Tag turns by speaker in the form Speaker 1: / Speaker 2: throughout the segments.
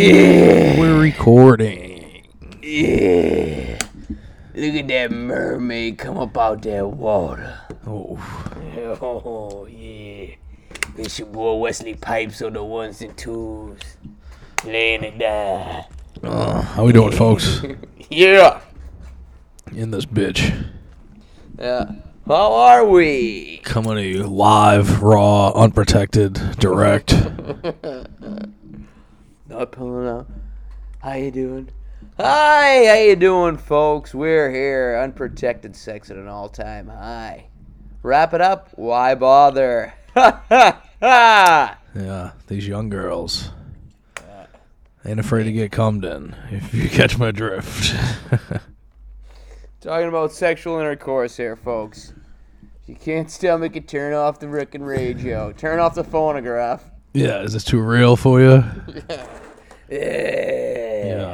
Speaker 1: We're recording.
Speaker 2: Yeah. Look at that mermaid come up out that water.
Speaker 1: Oh,
Speaker 2: Oh, yeah. It's your boy Wesley Pipes on the ones and twos. Laying it down.
Speaker 1: uh, how we doing, folks?
Speaker 2: Yeah.
Speaker 1: In this bitch,
Speaker 2: Yeah. How are we?
Speaker 1: coming to you live, raw, unprotected, direct.
Speaker 2: Not pulling up. How you doing? Hi, how you doing, folks? We're here, unprotected sex at an all-time high. Wrap it up. Why bother? Ha ha ha!
Speaker 1: Yeah, these young girls ain't afraid to get cummed in. If you catch my drift.
Speaker 2: Talking about sexual intercourse here, folks. If you can't stomach it, turn off the Rick and Radio. Turn off the phonograph.
Speaker 1: yeah, is this too real for you?
Speaker 2: Yeah.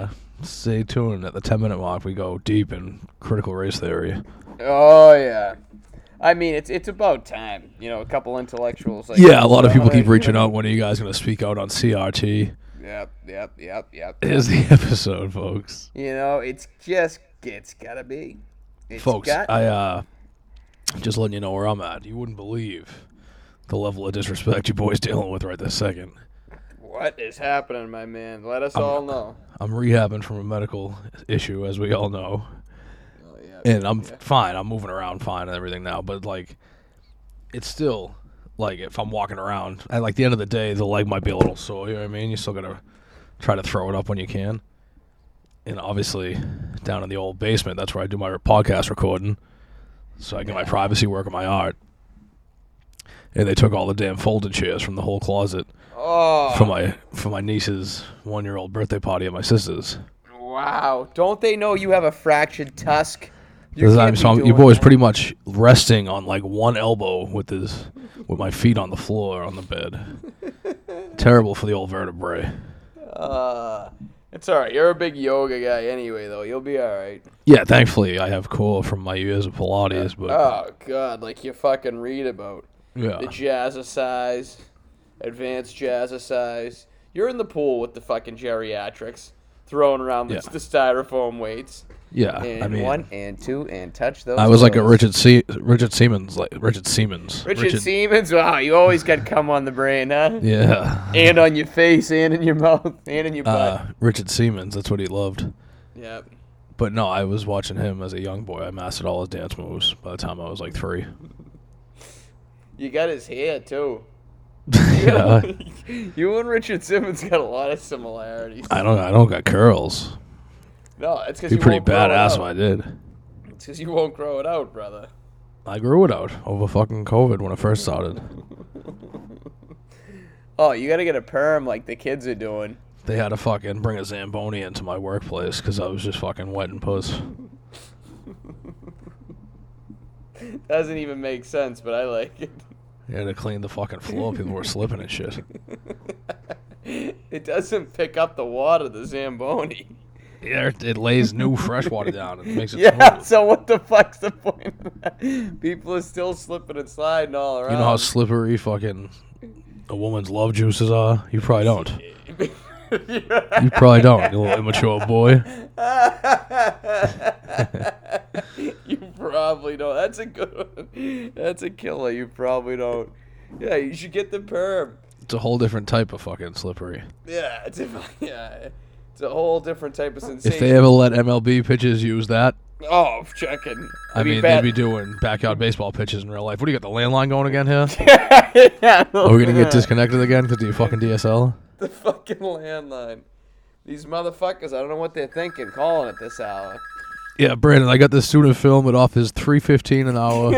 Speaker 1: Yeah. Stay tuned. At the ten-minute mark, we go deep in critical race theory.
Speaker 2: Oh yeah. I mean, it's it's about time. You know, a couple intellectuals. Like
Speaker 1: Yeah, a lot of people keep reaching out. When are you guys going to speak out on CRT?
Speaker 2: Yep, yep, yep, yep.
Speaker 1: Here's the episode, folks.
Speaker 2: You know, it's just it's gotta be. It's
Speaker 1: folks
Speaker 2: got-
Speaker 1: i uh just letting you know where i'm at you wouldn't believe the level of disrespect you boys dealing with right this second
Speaker 2: what is happening, my man? Let us all know.
Speaker 1: i'm rehabbing from a medical issue as we all know
Speaker 2: Oh, yeah.
Speaker 1: and i'm fine i'm moving around fine and everything now but like it's still like if i'm walking around at like the end of the day the leg might be a little sore you know what i mean you still gotta try to throw it up when you can and obviously down in the old basement that's where i do my podcast recording so i get my privacy work and my art and they took all the damn folded chairs from the whole closet
Speaker 2: Oh
Speaker 1: for my for my niece's one year old birthday party at my sister's
Speaker 2: wow! Don't they know you have a fractured tusk? You
Speaker 1: Because
Speaker 2: can't
Speaker 1: I'm,
Speaker 2: be
Speaker 1: so I'm, your
Speaker 2: doing
Speaker 1: boy's
Speaker 2: that.
Speaker 1: pretty much resting on like one elbow with his, with my feet on the floor on the bed. Terrible for the old vertebrae.
Speaker 2: Uh, it's all right. You're a big yoga guy anyway, though. You'll be all right.
Speaker 1: Yeah, thankfully I have core from my years of Pilates, but
Speaker 2: Oh God, like you fucking read about the
Speaker 1: yeah,
Speaker 2: jazzercise, advanced jazzercise. You're in the pool with the fucking geriatrics, throwing around the,
Speaker 1: Yeah.
Speaker 2: the styrofoam weights.
Speaker 1: yeah.
Speaker 2: And
Speaker 1: I mean,
Speaker 2: one and two and touch those.
Speaker 1: I was like a
Speaker 2: toes.
Speaker 1: Richard Se- Richard Siemens, like Richard Siemens.
Speaker 2: Richard, Siemens. Wow, you always got cum on the brain, huh?
Speaker 1: Yeah,
Speaker 2: And on your face, and in your mouth, and in your butt.
Speaker 1: uh, Richard Siemens. That's what he loved.
Speaker 2: yep.
Speaker 1: But no, I was watching him as a young boy. I mastered all his dance moves by the time I was like three.
Speaker 2: You got his hair too.
Speaker 1: yeah,
Speaker 2: you and Richard Simmons got a lot of similarities.
Speaker 1: I don't. I don't got curls.
Speaker 2: No, it's because
Speaker 1: Be
Speaker 2: you
Speaker 1: pretty
Speaker 2: won't grow it
Speaker 1: badass
Speaker 2: out.
Speaker 1: when I did.
Speaker 2: It's because you won't grow it out, brother.
Speaker 1: I grew it out over fucking COVID when it first started.
Speaker 2: Oh, you gotta get a perm like the kids are doing.
Speaker 1: They had to fucking bring a Zamboni into my workplace because I was just fucking wet and puss.
Speaker 2: Doesn't even make sense, but I like
Speaker 1: They had to clean the fucking floor. People were slipping and shit.
Speaker 2: it. it doesn't pick up the water, the Zamboni.
Speaker 1: Yeah, it, it lays new fresh water down and makes it
Speaker 2: Yeah,
Speaker 1: smooth.
Speaker 2: so what the fuck's the point of that? People are still slipping and sliding all around.
Speaker 1: You know how slippery fucking a woman's love juices are? You probably don't. You probably don't, you little immature boy.
Speaker 2: you probably don't. That's a good one. That's a killer. You probably don't. Yeah, you should get the perm.
Speaker 1: It's a whole different type of fucking slippery.
Speaker 2: Yeah, it's a, yeah, it's a whole different type of sensation.
Speaker 1: If they ever let MLB pitches use that,
Speaker 2: oh, checking.
Speaker 1: I mean,
Speaker 2: bad.
Speaker 1: they'd be doing backyard baseball pitches in real life. What do you got, the landline going again here?
Speaker 2: yeah,
Speaker 1: Are we gonna get disconnected again because of your fucking DSL?
Speaker 2: the fucking landline. These motherfuckers, I don't know what they're thinking, calling at this hour.
Speaker 1: Yeah, Brandon, I got this student film at off is three fifteen an hour.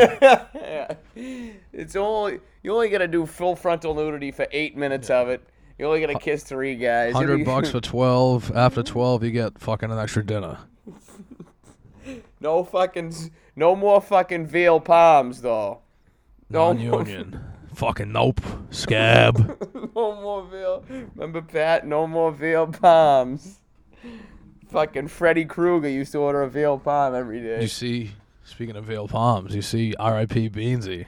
Speaker 2: It's only you only gotta do full frontal nudity for eight minutes of it. You only gotta kiss three guys. You'll be-
Speaker 1: Hundred bucks for twelve. After twelve, you get fucking an extra dinner.
Speaker 2: no fucking, s- no more fucking veal palms though. No more,
Speaker 1: Non-union. fucking nope. Scab.
Speaker 2: no more veal. Remember Pat? No more veal palms. Fucking Freddy Krueger used to order a veal palm every day.
Speaker 1: you see, speaking of veal palms, you see, R.I.P. Beansy.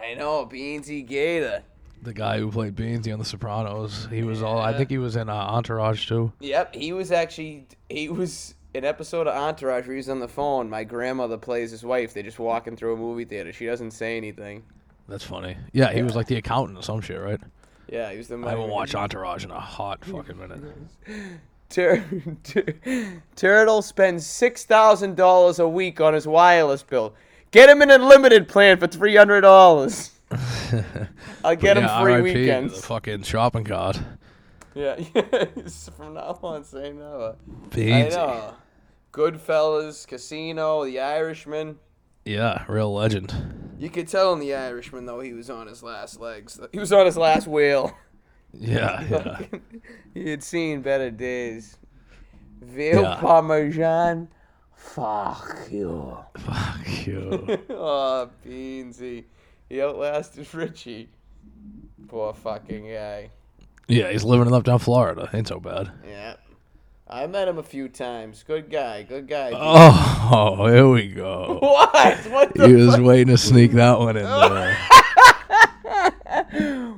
Speaker 2: I know, Beansy Gator.
Speaker 1: the guy who played Beansy on The Sopranos. He was all. I think he was in uh, Entourage too.
Speaker 2: Yep, he was actually he was an episode of Entourage where he's on the phone. My grandmother plays his wife. They just walking through a movie theater. She doesn't say anything.
Speaker 1: That's funny. Yeah, he was like the accountant or some shit, right?
Speaker 2: Yeah, he was the.
Speaker 1: I haven't watched Entourage in a hot fucking minute.
Speaker 2: Tur- Tur- Turtle spends six thousand dollars a week on his wireless bill. Get him an unlimited plan for three hundred dollars. I'll get him
Speaker 1: yeah,
Speaker 2: free
Speaker 1: RIP to The
Speaker 2: weekends.
Speaker 1: fucking shopping card.
Speaker 2: Yeah, from now on, say no. I
Speaker 1: Beansy.
Speaker 2: know. Goodfellas, Casino, The Irishman.
Speaker 1: Yeah, real legend.
Speaker 2: You could tell in The Irishman though he was on his last legs. He was on his last wheel.
Speaker 1: Yeah, yeah.
Speaker 2: he had seen better days. Veal
Speaker 1: Yeah.
Speaker 2: Parmesan. Fuck you.
Speaker 1: Fuck you.
Speaker 2: oh, Beansy. He outlasted Richie. Poor fucking guy.
Speaker 1: Yeah, he's living it up down Florida. Ain't so bad.
Speaker 2: Yeah. I met him a few times. Good guy, good guy.
Speaker 1: Oh, here we go.
Speaker 2: What? What the
Speaker 1: He was waiting to sneak that one in there.
Speaker 2: fuck?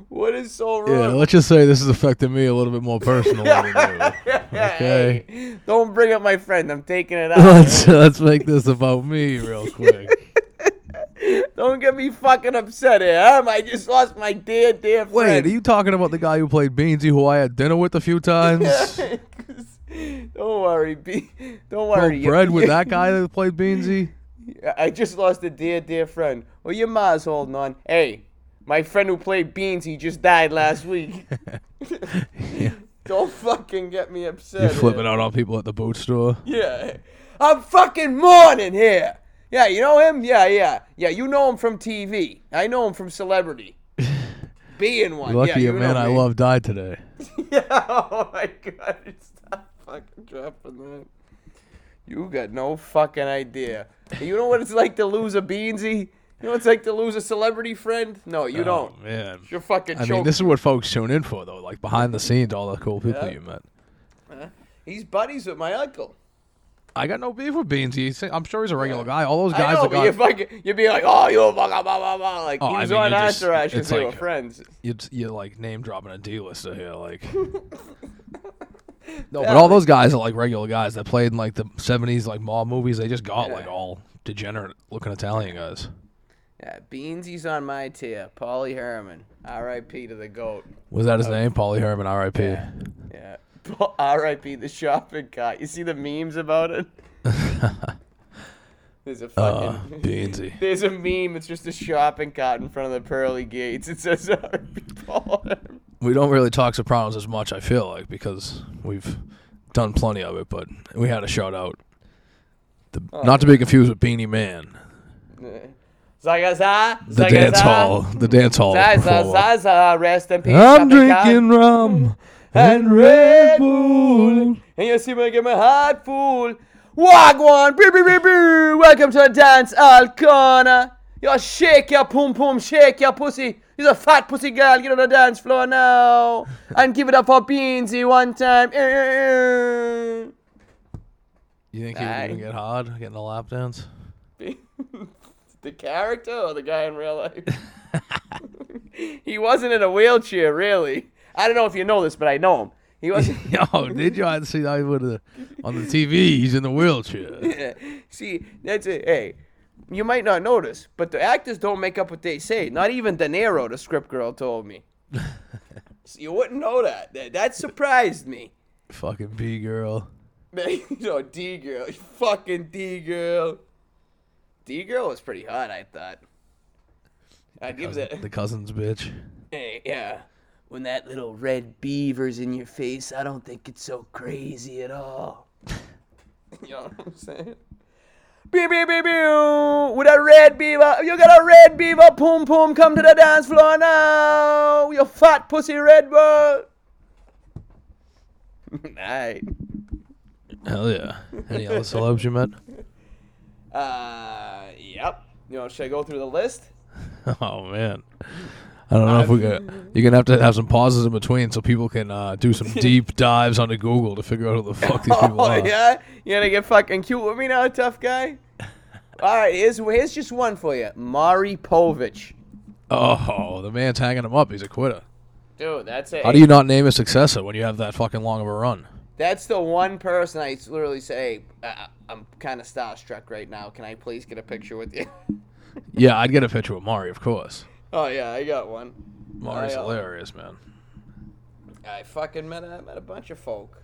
Speaker 2: What is so
Speaker 1: Yeah,
Speaker 2: wrong?
Speaker 1: let's just say this is affecting me a little bit more personally than you. okay.
Speaker 2: Hey, don't bring up my friend. I'm taking it out.
Speaker 1: Let's let's make this about me real quick.
Speaker 2: don't get me fucking upset here. huh? I just lost my dear, dear
Speaker 1: Wait,
Speaker 2: friend.
Speaker 1: are you talking about the guy who played Beansy, who I had dinner with a few times?
Speaker 2: don't worry, B. Don't worry.
Speaker 1: Broke
Speaker 2: you-
Speaker 1: bread with
Speaker 2: you-
Speaker 1: that guy that played Beansy?
Speaker 2: I just lost a dear, dear friend. Well, your ma's holding on. Hey, my friend who played Beans, he just died last week. Don't fucking get me upset.
Speaker 1: You're
Speaker 2: here.
Speaker 1: flipping out on people at the boot store.
Speaker 2: Yeah. I'm fucking mourning here. Yeah, you know him? Yeah, yeah. Yeah, you know him from TV. I know him from celebrity. Being one.
Speaker 1: You're lucky
Speaker 2: yeah,
Speaker 1: a
Speaker 2: you
Speaker 1: man
Speaker 2: know
Speaker 1: I
Speaker 2: me.
Speaker 1: love died today.
Speaker 2: Yeah, oh my god, stop fucking dropping that. You got no fucking idea. You know what it's like to lose a beansy? You know what it's like to lose a celebrity friend? No, you don't.
Speaker 1: Oh, man.
Speaker 2: You're fucking
Speaker 1: I
Speaker 2: choked.
Speaker 1: mean, this is what folks tune in for, though. Like behind the scenes, all the cool people
Speaker 2: Yeah.
Speaker 1: you met.
Speaker 2: He's buddies with my uncle.
Speaker 1: I got no beef with Beansy. He's- I'm sure he's a regular guy. All those
Speaker 2: I
Speaker 1: guys
Speaker 2: know,
Speaker 1: that
Speaker 2: but you
Speaker 1: got
Speaker 2: fucking, you'd be like, oh, you fucking blah blah blah. Like
Speaker 1: Oh,
Speaker 2: he
Speaker 1: I
Speaker 2: was
Speaker 1: mean,
Speaker 2: on
Speaker 1: you just-
Speaker 2: Entourage because
Speaker 1: it's
Speaker 2: they were
Speaker 1: like-
Speaker 2: friends.
Speaker 1: you you like name dropping a D-lister here, like. no, but all those guys are like regular guys that played in like the '70s, like mall movies. They just got like
Speaker 2: Yeah.
Speaker 1: all degenerate-looking Italian guys.
Speaker 2: Yeah, Beansy's on my tier. Paulie Herman, R.I.P. to the goat.
Speaker 1: Was that his name? Paulie Herman, R.I.P.
Speaker 2: Uh, Yeah, R.I.P. the shopping cart. You see the memes about it? There's a fucking.
Speaker 1: Uh, Beansy.
Speaker 2: There's a meme. It's just a shopping cart in front of the pearly gates. It says R.I.P. Paul Herman.
Speaker 1: we don't really talk Sopranos as much. I feel like because we've done plenty of it, but we had a shout out. The, not to be confused with Beanie Man,
Speaker 2: Zagaza.
Speaker 1: the dance hall, the dance hall. performer.
Speaker 2: Zaza, rest in peace.
Speaker 1: I'm
Speaker 2: shopping cart.
Speaker 1: drinking rum and
Speaker 2: Red
Speaker 1: Red Bull.
Speaker 2: And you see me get my heart full. Wagwan, boo, boo, boo, boo. Welcome to a dance all corner. Yo, shake your pum pum, shake your pussy. You're a fat pussy girl. Get on the dance floor now and give it up for Beansy one time. Eh, eh, eh.
Speaker 1: You think he would
Speaker 2: Aye.
Speaker 1: even get hard getting a lap dance?
Speaker 2: eh. the character or the guy in real life? he wasn't in a wheelchair, really. I don't know if you know this, but I know him. He wasn't.
Speaker 1: Yo, did you? I see that with the, uh, on the TV. He's in the wheelchair.
Speaker 2: See, that's it. Hey, you might not notice, but the actors don't make up what they say. Not even De Niro, the script girl, told me. so you wouldn't know that. That, that surprised me.
Speaker 1: Fucking B girl.
Speaker 2: Man, you know, D girl, you fucking D girl. D girl was pretty hot, I thought. I give that.
Speaker 1: The cousin's bitch.
Speaker 2: Hey, yeah. When that little red beaver's in your face, I don't think it's so crazy at all. you know what I'm saying? Beep, beep, beep, beep. With a red beaver. You got a red beaver. Poom, poom. Come to the dance floor now. You fat pussy red bull. Night.
Speaker 1: Hell yeah. Any other celebs you met?
Speaker 2: Uh, yep. You know, should I go through the list?
Speaker 1: Oh man. I don't know if we got. You're gonna have to have some pauses in between so people can uh, do some deep dives onto Google to figure out who the fuck these people
Speaker 2: Oh
Speaker 1: are.
Speaker 2: yeah, you gonna get fucking cute with me now, tough guy. All right, here's here's just one for you, Mari Povich.
Speaker 1: Oh, the man's hanging him up. He's a quitter.
Speaker 2: Dude, that's it.
Speaker 1: How do you not name a successor when you have that fucking long of a run?
Speaker 2: That's the one person I s- literally say, "Hey, I- I- I'm kind of starstruck right now. Can I please get a picture with you?
Speaker 1: Yeah, I'd get a picture with Mari, of course.
Speaker 2: oh, yeah, I got one.
Speaker 1: Mari's
Speaker 2: I, uh,
Speaker 1: hilarious, man.
Speaker 2: I fucking met a, met a bunch of folk.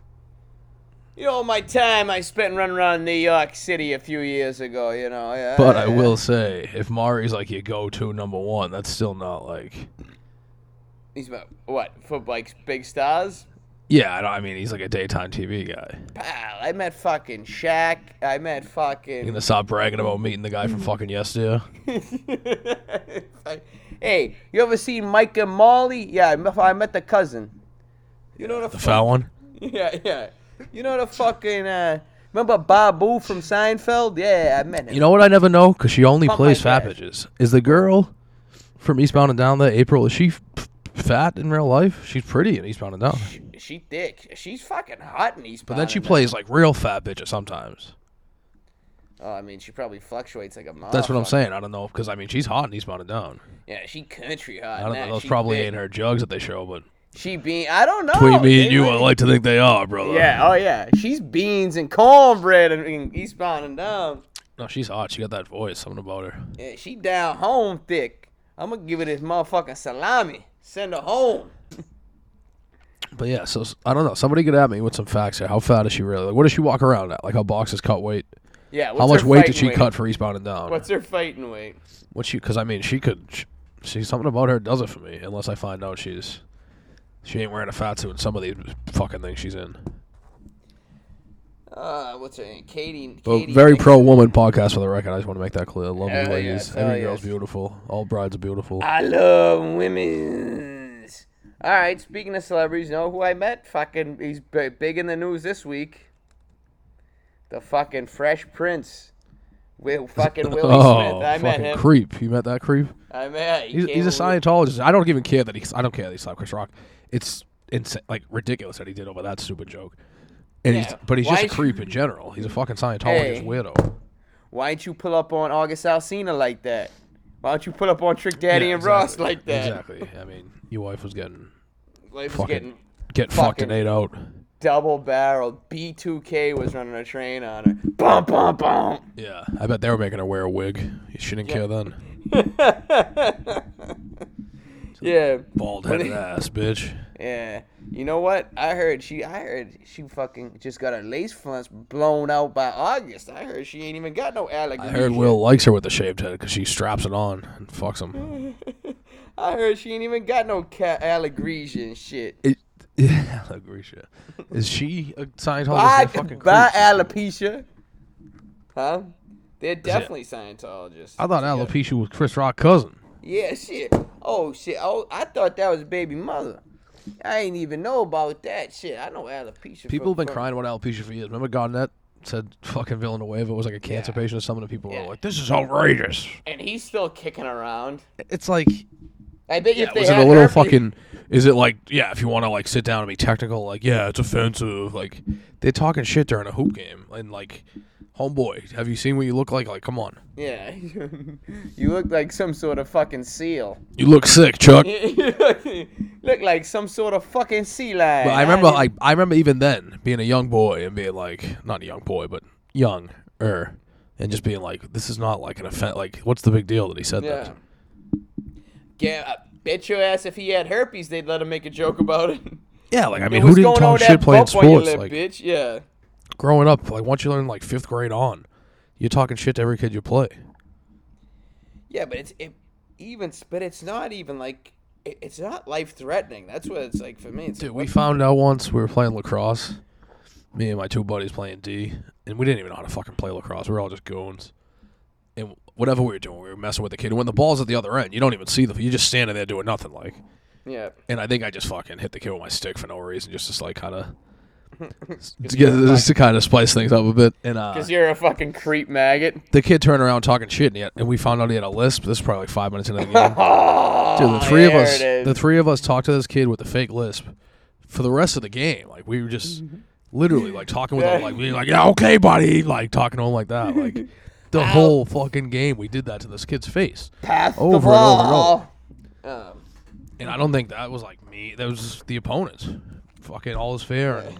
Speaker 2: You know, my time I spent running around New York City a few years ago, you know. Yeah,
Speaker 1: But I will say, if Mari's like your go-to number one, that's still not like.
Speaker 2: He's about, what, for like big stars?
Speaker 1: Yeah, I, don't, I mean, he's like a daytime TV guy.
Speaker 2: Pal, I met fucking Shaq. I met fucking.
Speaker 1: You gonna stop bragging about meeting the guy
Speaker 2: Hmm.
Speaker 1: from fucking yesterday?
Speaker 2: hey, you ever seen Mike and Molly? Yeah, I met, I met the cousin. You know the,
Speaker 1: The foul one?
Speaker 2: Yeah, yeah. You know the fucking. Uh, remember Babu from Seinfeld? Yeah, I met him.
Speaker 1: You know what I never know? Because she only
Speaker 2: Pump
Speaker 1: plays
Speaker 2: my
Speaker 1: fat
Speaker 2: gas.
Speaker 1: bitches. Is the girl from Eastbound and Down there, April, is she f- f- fat in real life? She's pretty in Eastbound and Down.
Speaker 2: she, she thick. She's fucking hot in
Speaker 1: But
Speaker 2: Eastbound.
Speaker 1: then she
Speaker 2: and
Speaker 1: plays like real fat bitches sometimes.
Speaker 2: Down. Oh, I mean, she probably fluctuates like a mom.
Speaker 1: That's what I'm saying. I don't know. Because, I mean, she's hot in Eastbound and Down.
Speaker 2: Yeah, she country hot.
Speaker 1: I don't know. Those
Speaker 2: She
Speaker 1: probably
Speaker 2: thick.
Speaker 1: ain't her jugs that they show, but
Speaker 2: She bean. I don't know.
Speaker 1: between me and
Speaker 2: They
Speaker 1: you,
Speaker 2: might-
Speaker 1: I like to think they are, brother.
Speaker 2: Yeah, oh yeah. She's beans and cornbread and, and Eastbound and Down.
Speaker 1: No, she's hot. She got that voice. Something about her.
Speaker 2: Yeah, she down home thick. I'm gonna give her this motherfucking salami. Send her home.
Speaker 1: But yeah, so s- I don't know. Somebody get at me with some facts here. How fat is she really? Like, what does she walk around at? Like, how boxes cut weight?
Speaker 2: Yeah. What's
Speaker 1: How much
Speaker 2: her
Speaker 1: weight did
Speaker 2: fighting
Speaker 1: she cut for Eastbound and Down?
Speaker 2: What's her fighting weight?
Speaker 1: What she? Because I mean, she could. sh she something about her does it for me. Unless I find out she's, she ain't wearing a fat suit in some of these fucking things she's in.
Speaker 2: Uh, what's her name? Katie.
Speaker 1: But
Speaker 2: Katie
Speaker 1: very
Speaker 2: thinks-
Speaker 1: pro woman podcast for the record. I just want to make that clear. I love you
Speaker 2: Hell
Speaker 1: ladies.
Speaker 2: yes, hell
Speaker 1: Every girl's
Speaker 2: yes.
Speaker 1: beautiful. All brides are beautiful.
Speaker 2: I love women's. All right. Speaking of celebrities, you know who I met? Fucking, he's b- big in the news this week. The fucking Fresh Prince. Will fucking Willie
Speaker 1: oh,
Speaker 2: Smith. I met
Speaker 1: fucking
Speaker 2: him.
Speaker 1: creep! You met that creep?
Speaker 2: I met. He
Speaker 1: He's,
Speaker 2: came
Speaker 1: he's a
Speaker 2: over-
Speaker 1: Scientologist. I don't even care that he's. I don't care that he slapped Chris Rock. It's insane, like ridiculous that he did over that stupid joke. And he's,
Speaker 2: Yeah.
Speaker 1: but he's
Speaker 2: Why
Speaker 1: just a
Speaker 2: is-
Speaker 1: creep in general. He's a fucking Scientologist
Speaker 2: Hey.
Speaker 1: weirdo.
Speaker 2: Why didn't you pull up on August Alsina like that? Why don't you pull up on Trick Daddy
Speaker 1: Yeah,
Speaker 2: and Ross
Speaker 1: exactly.
Speaker 2: like that?
Speaker 1: Exactly. I mean, your wife was getting
Speaker 2: Life was
Speaker 1: fucking
Speaker 2: getting
Speaker 1: getting fucked
Speaker 2: fucking-
Speaker 1: and ate out.
Speaker 2: double barreled. B2K was running a train on her. Bum, bum, bum.
Speaker 1: Yeah, I bet they were making her wear a wig. She didn't care then.
Speaker 2: Yeah.
Speaker 1: Bald headed ass bitch.
Speaker 2: Yeah. You know what? I heard she I heard she fucking just got her lace fronts blown out by August. I heard she ain't even got no
Speaker 1: I
Speaker 2: alligator.
Speaker 1: heard Will likes her with the shaved head because she straps it on and fucks him.
Speaker 2: I heard she ain't even got no cat allegresia and shit.
Speaker 1: It, yeah, Lucretia. Is she a
Speaker 2: By,
Speaker 1: Scientologist? They're fucking
Speaker 2: by
Speaker 1: creeps.
Speaker 2: alopecia. Huh? They're definitely Scientologists.
Speaker 1: I thought alopecia was Chris Rock's cousin.
Speaker 2: Yeah, shit. Oh, shit. Oh, I thought that was baby mother. I ain't even know about that shit. I know alopecia.
Speaker 1: People have
Speaker 2: from-
Speaker 1: been
Speaker 2: from-
Speaker 1: crying about alopecia for years. Remember Garnett said fucking Villanueva was like a cancer
Speaker 2: Yeah.
Speaker 1: patient or something, and people were
Speaker 2: Yeah.
Speaker 1: like, "This is outrageous."
Speaker 2: And he's still kicking around.
Speaker 1: It's like
Speaker 2: I bet you if they
Speaker 1: was it a
Speaker 2: had
Speaker 1: little
Speaker 2: herpes-
Speaker 1: fucking? Is it like yeah? If you want to like sit down and be technical, like yeah, it's offensive. Like they're talking shit during a hoop game, and like, homeboy, have you seen what you look like? Like, come on,
Speaker 2: Yeah. you look like some sort of fucking seal.
Speaker 1: you look sick, Chuck.
Speaker 2: you look like some sort of fucking sea lion.
Speaker 1: But I remember,
Speaker 2: didn't-
Speaker 1: I I remember even then being a young boy and being like, not a young boy, but young er, and just being like, this is not like an offense. Like, what's the big deal that he said
Speaker 2: Yeah.
Speaker 1: that?
Speaker 2: Yeah, I bet your ass if he had herpes, they'd let him make a joke about it.
Speaker 1: Yeah, like I mean,
Speaker 2: What's
Speaker 1: who didn't
Speaker 2: going on
Speaker 1: talk
Speaker 2: with
Speaker 1: shit
Speaker 2: that
Speaker 1: playing
Speaker 2: bump on your
Speaker 1: sports?
Speaker 2: lip,
Speaker 1: Like
Speaker 2: bitch? Yeah.
Speaker 1: growing up, like once you learn like fifth grade on, you're talking shit to every kid you play.
Speaker 2: Yeah, but it's it even, but it's not even like it, it's not life threatening. That's what it's like for me. It's
Speaker 1: Dude,
Speaker 2: like,
Speaker 1: we found out once we were playing lacrosse. Me and my two buddies playing D, and we didn't even know how to fucking play lacrosse. We were all just goons, and whatever we were doing, we were messing with the kid. And when the ball's at the other end, you don't even see the. You're just standing there doing nothing, like.
Speaker 2: what- yeah.
Speaker 1: And I think I just fucking hit the kid with my stick for no reason, just to like kind of to get just to kind of spice things up a bit. And uh,
Speaker 2: Because you're a fucking creep maggot.
Speaker 1: the kid turned around talking shit, and, he had, and we found out he had a lisp. This is probably like five minutes into the game.
Speaker 2: Oh,
Speaker 1: Dude, the three of
Speaker 2: there
Speaker 1: us,
Speaker 2: it is.
Speaker 1: the three of us talked to this kid with a fake lisp for the rest of the game. Like we were just literally like talking with him, like being like, "Yeah, okay, buddy," like talking to him like that. Like the whole fucking game, we did that to this kid's face
Speaker 2: Pass the
Speaker 1: Oh, over and over and
Speaker 2: ball.
Speaker 1: over.
Speaker 2: Um,
Speaker 1: And I don't think that was like me. That was the opponents. Fucking all is fair and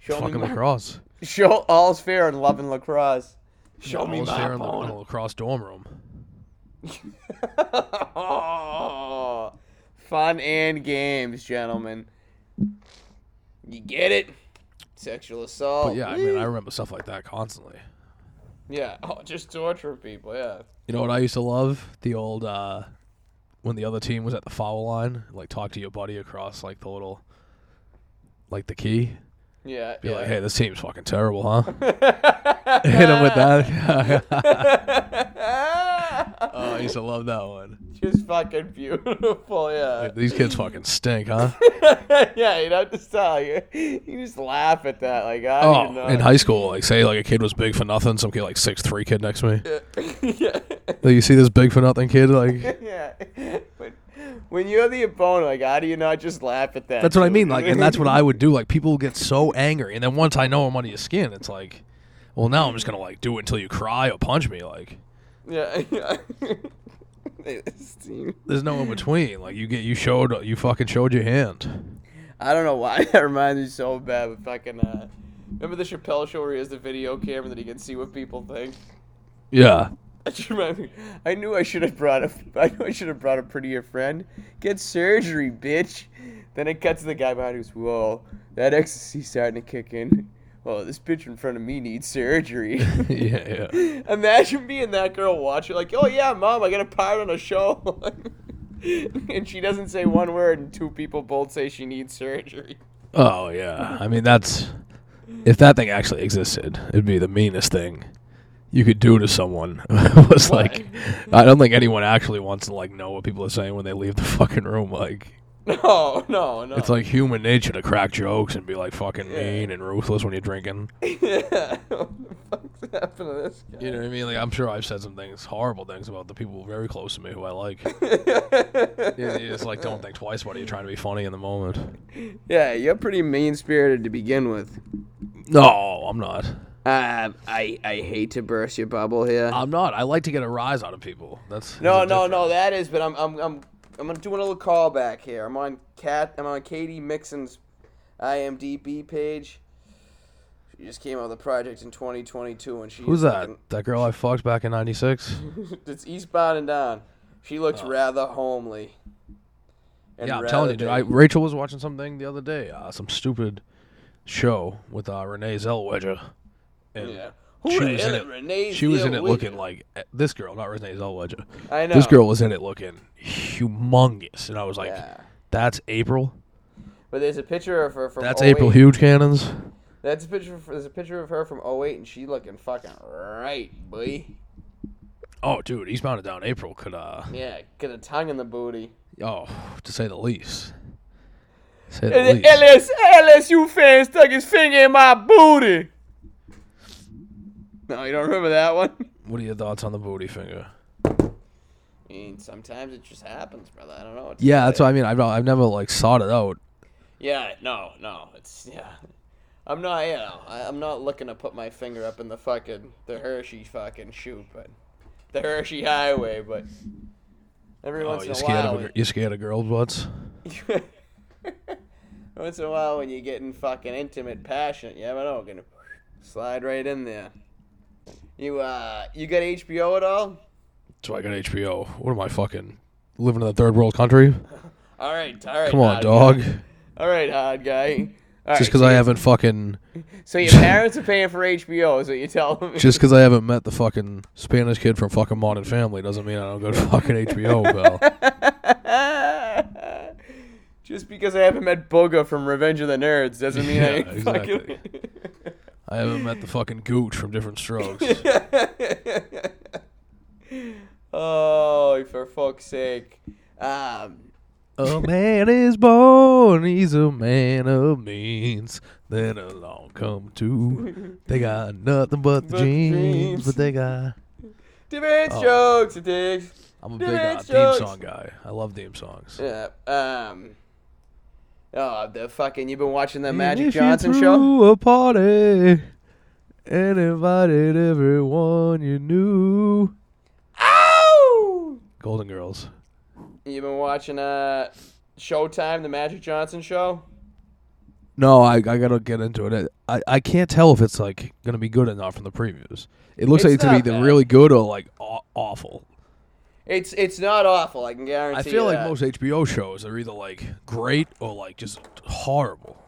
Speaker 2: show
Speaker 1: fucking
Speaker 2: me my,
Speaker 1: lacrosse.
Speaker 2: show all's fair in love and lacrosse.
Speaker 1: Yeah,
Speaker 2: Show me
Speaker 1: all is
Speaker 2: my
Speaker 1: fair in the- in
Speaker 2: opponent.
Speaker 1: the lacrosse dorm room.
Speaker 2: oh, fun and games, gentlemen. You get it? Sexual assault.
Speaker 1: But yeah, I mean, I remember stuff like that constantly.
Speaker 2: yeah. Oh, just torture people. Yeah.
Speaker 1: You know what I used to love? The old uh when the other team was at the foul line, like talk to your buddy across like the little like the key.
Speaker 2: Yeah.
Speaker 1: Be
Speaker 2: yeah.
Speaker 1: like, hey, this team's fucking terrible, huh? Hit him with that. oh, I used to love that one.
Speaker 2: Just Uh, fucking beautiful. Yeah.
Speaker 1: Like, These kids fucking stink, huh?
Speaker 2: yeah. You don't just tell you. You just laugh at that. Like I don't even
Speaker 1: Oh,
Speaker 2: know.
Speaker 1: in high school, like say like a kid was big for nothing, some kid like six three kid next to me.
Speaker 2: yeah.
Speaker 1: Like you see this big for nothing kid, like
Speaker 2: Yeah. But when you're the opponent, like how do you not just laugh at that?
Speaker 1: that's what I
Speaker 2: dude?
Speaker 1: mean. Like, and that's what I would do. Like people get so angry, and then once I know I'm under your skin, it's like, well, now I'm just gonna like do it until you cry or punch me. Like
Speaker 2: Yeah. yeah. It's- dude.
Speaker 1: there's no in between. Like you get you showed you fucking showed your hand.
Speaker 2: I don't know why that reminds me so bad, but fucking uh, remember the Chappelle show where he has the video camera that he can see what people think.
Speaker 1: Yeah.
Speaker 2: That just reminded me. I knew I should have brought a. I knew I should have brought a prettier friend. Get surgery, bitch. Then it cuts to the guy behind who's whoa. That ecstasy's starting to kick in. Oh, this bitch in front of me needs surgery.
Speaker 1: yeah, yeah.
Speaker 2: Imagine being that girl watching, like, oh yeah, mom, I got a part on a show. and she doesn't say one word, and two people both say she needs surgery.
Speaker 1: Oh yeah. I mean that's if that thing actually existed, it'd be the meanest thing you could do to someone. it was like I don't think anyone actually wants to like know what people are saying when they leave the fucking room. Like
Speaker 2: No, no, no.
Speaker 1: it's like human nature to crack jokes and be like fucking mean and ruthless when you're drinking.
Speaker 2: yeah. What the fuck's happened to this guy?
Speaker 1: You know what I mean? Like I'm sure I've said some things, horrible things about the people very close to me who I like. yeah, you just like don't think twice about it. You're trying to be funny in the moment.
Speaker 2: Yeah, you're pretty mean spirited to begin with.
Speaker 1: No, I'm not.
Speaker 2: Um, I I hate to burst your bubble here.
Speaker 1: I'm not. I like to get a rise out of people. That's
Speaker 2: no,
Speaker 1: that's
Speaker 2: no,
Speaker 1: different.
Speaker 2: no. That is, but I'm I'm I'm I'm doing a little callback here. I'm on cat. I'm on Katie Mixon's IMDb page. She just came out with a project in 2022, and she
Speaker 1: Who's
Speaker 2: is
Speaker 1: that?
Speaker 2: looking-
Speaker 1: That girl I fucked back in '96.
Speaker 2: it's Eastbound and Down. She looks rather homely. and
Speaker 1: Oh. Yeah, I'm
Speaker 2: rather
Speaker 1: telling you, dude. I,
Speaker 2: big.
Speaker 1: Rachel was watching something the other day, uh, some stupid show with uh, Renee Zellweger, and
Speaker 2: yeah. Who
Speaker 1: she was
Speaker 2: the
Speaker 1: in
Speaker 2: hell
Speaker 1: it.
Speaker 2: is Renee
Speaker 1: she was in it
Speaker 2: Zellweger?
Speaker 1: looking like eh, this girl, not Renee Zellweger.
Speaker 2: I know
Speaker 1: This girl was in it looking humongous, and I was like,
Speaker 2: Yeah.
Speaker 1: "That's April.
Speaker 2: But there's a picture of her from.
Speaker 1: That's
Speaker 2: 08.
Speaker 1: April Huge Cannons."
Speaker 2: That's a picture. Of, there's a picture of her from 08, and she looking fucking right, boy.
Speaker 1: Oh, dude, Eastbound and Down April could, uh,
Speaker 2: Yeah, get a tongue in the booty.
Speaker 1: oh, to say the least. Say the
Speaker 2: And the
Speaker 1: least.
Speaker 2: LS, LSU fan stuck his finger in my booty. No, you don't remember that one?
Speaker 1: What are your thoughts on the booty finger?
Speaker 2: I mean, sometimes it just happens, brother. I don't know. What to
Speaker 1: Yeah, that's
Speaker 2: say.
Speaker 1: what I mean. I've not, I've never like sought it out.
Speaker 2: Yeah, no, no. It's yeah. I'm not. You know, I, I'm not looking to put my finger up in the fucking the Hershey fucking chute, but the Hershey Highway. But every
Speaker 1: Oh,
Speaker 2: once
Speaker 1: you
Speaker 2: in a
Speaker 1: scared
Speaker 2: while,
Speaker 1: of a, you scared of girls' butts?
Speaker 2: Once in a while, when you're getting fucking intimate, passionate, you never know, gonna slide right in there. You uh, you got HBO at all?
Speaker 1: So I got HBO. What am I fucking living in the third world country?
Speaker 2: All right, all right.
Speaker 1: Come on,
Speaker 2: hard
Speaker 1: dog.
Speaker 2: guy. All right, hard guy. All
Speaker 1: Just
Speaker 2: right,
Speaker 1: because I haven't fucking
Speaker 2: so your parents are paying for HBO, is what you tell them.
Speaker 1: just because I haven't met the fucking Spanish kid from fucking Modern Family doesn't mean I don't go to fucking HBO, pal.
Speaker 2: Just because I haven't met Boga from Revenge of the Nerds doesn't mean I
Speaker 1: Yeah,
Speaker 2: ain't fucking.
Speaker 1: I haven't met the fucking Gooch from Different Strokes.
Speaker 2: oh, for fuck's sake. Um,
Speaker 1: a man is born, he's a man of means. Then along come two. They got nothing but the
Speaker 2: But
Speaker 1: jeans,
Speaker 2: dreams.
Speaker 1: but they got.
Speaker 2: different
Speaker 1: Oh.
Speaker 2: strokes, it takes.
Speaker 1: I'm a big uh,
Speaker 2: Different
Speaker 1: theme
Speaker 2: strokes.
Speaker 1: song guy. I love theme songs.
Speaker 2: Yeah. Um. Oh, the fucking. You've been watching the
Speaker 1: And
Speaker 2: Magic
Speaker 1: if you
Speaker 2: Johnson show?
Speaker 1: threw a party and invited everyone you knew.
Speaker 2: Ow!
Speaker 1: Golden Girls.
Speaker 2: You've been watching uh, Showtime, the Magic Johnson show.
Speaker 1: No, I, I gotta get into it. I, I can't tell if it's like gonna be good enough from the previews. It looks
Speaker 2: It's
Speaker 1: like it's gonna
Speaker 2: not
Speaker 1: be either
Speaker 2: bad.
Speaker 1: really good or like aw- awful.
Speaker 2: It's it's not awful. I can guarantee.
Speaker 1: I feel
Speaker 2: you
Speaker 1: like
Speaker 2: that.
Speaker 1: most HBO shows are either like great or like just horrible.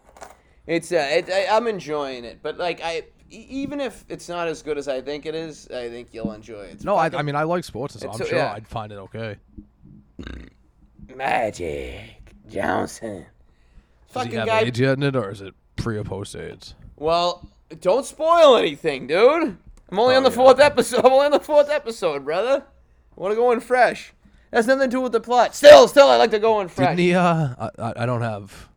Speaker 2: It's uh, it, I, I'm enjoying it, but like I, e- even if it's not as good as I think it is, I think you'll enjoy it. It's
Speaker 1: No, I, I mean I like sports, and so
Speaker 2: It's
Speaker 1: I'm
Speaker 2: so-
Speaker 1: sure
Speaker 2: yeah.
Speaker 1: I'd find it okay.
Speaker 2: Magic Johnson.
Speaker 1: Does
Speaker 2: Fucking
Speaker 1: he have
Speaker 2: guy.
Speaker 1: AIDS yet in it, or is it pre or post AIDS?
Speaker 2: Well, don't spoil anything, dude. I'm only
Speaker 1: Oh,
Speaker 2: on the
Speaker 1: yeah.
Speaker 2: fourth episode. I'm only on the fourth episode, brother. I want to go in fresh. That's nothing to do with the plot. Still, still, I like to go in fresh.
Speaker 1: Didn't he? Uh, I- I, I don't have.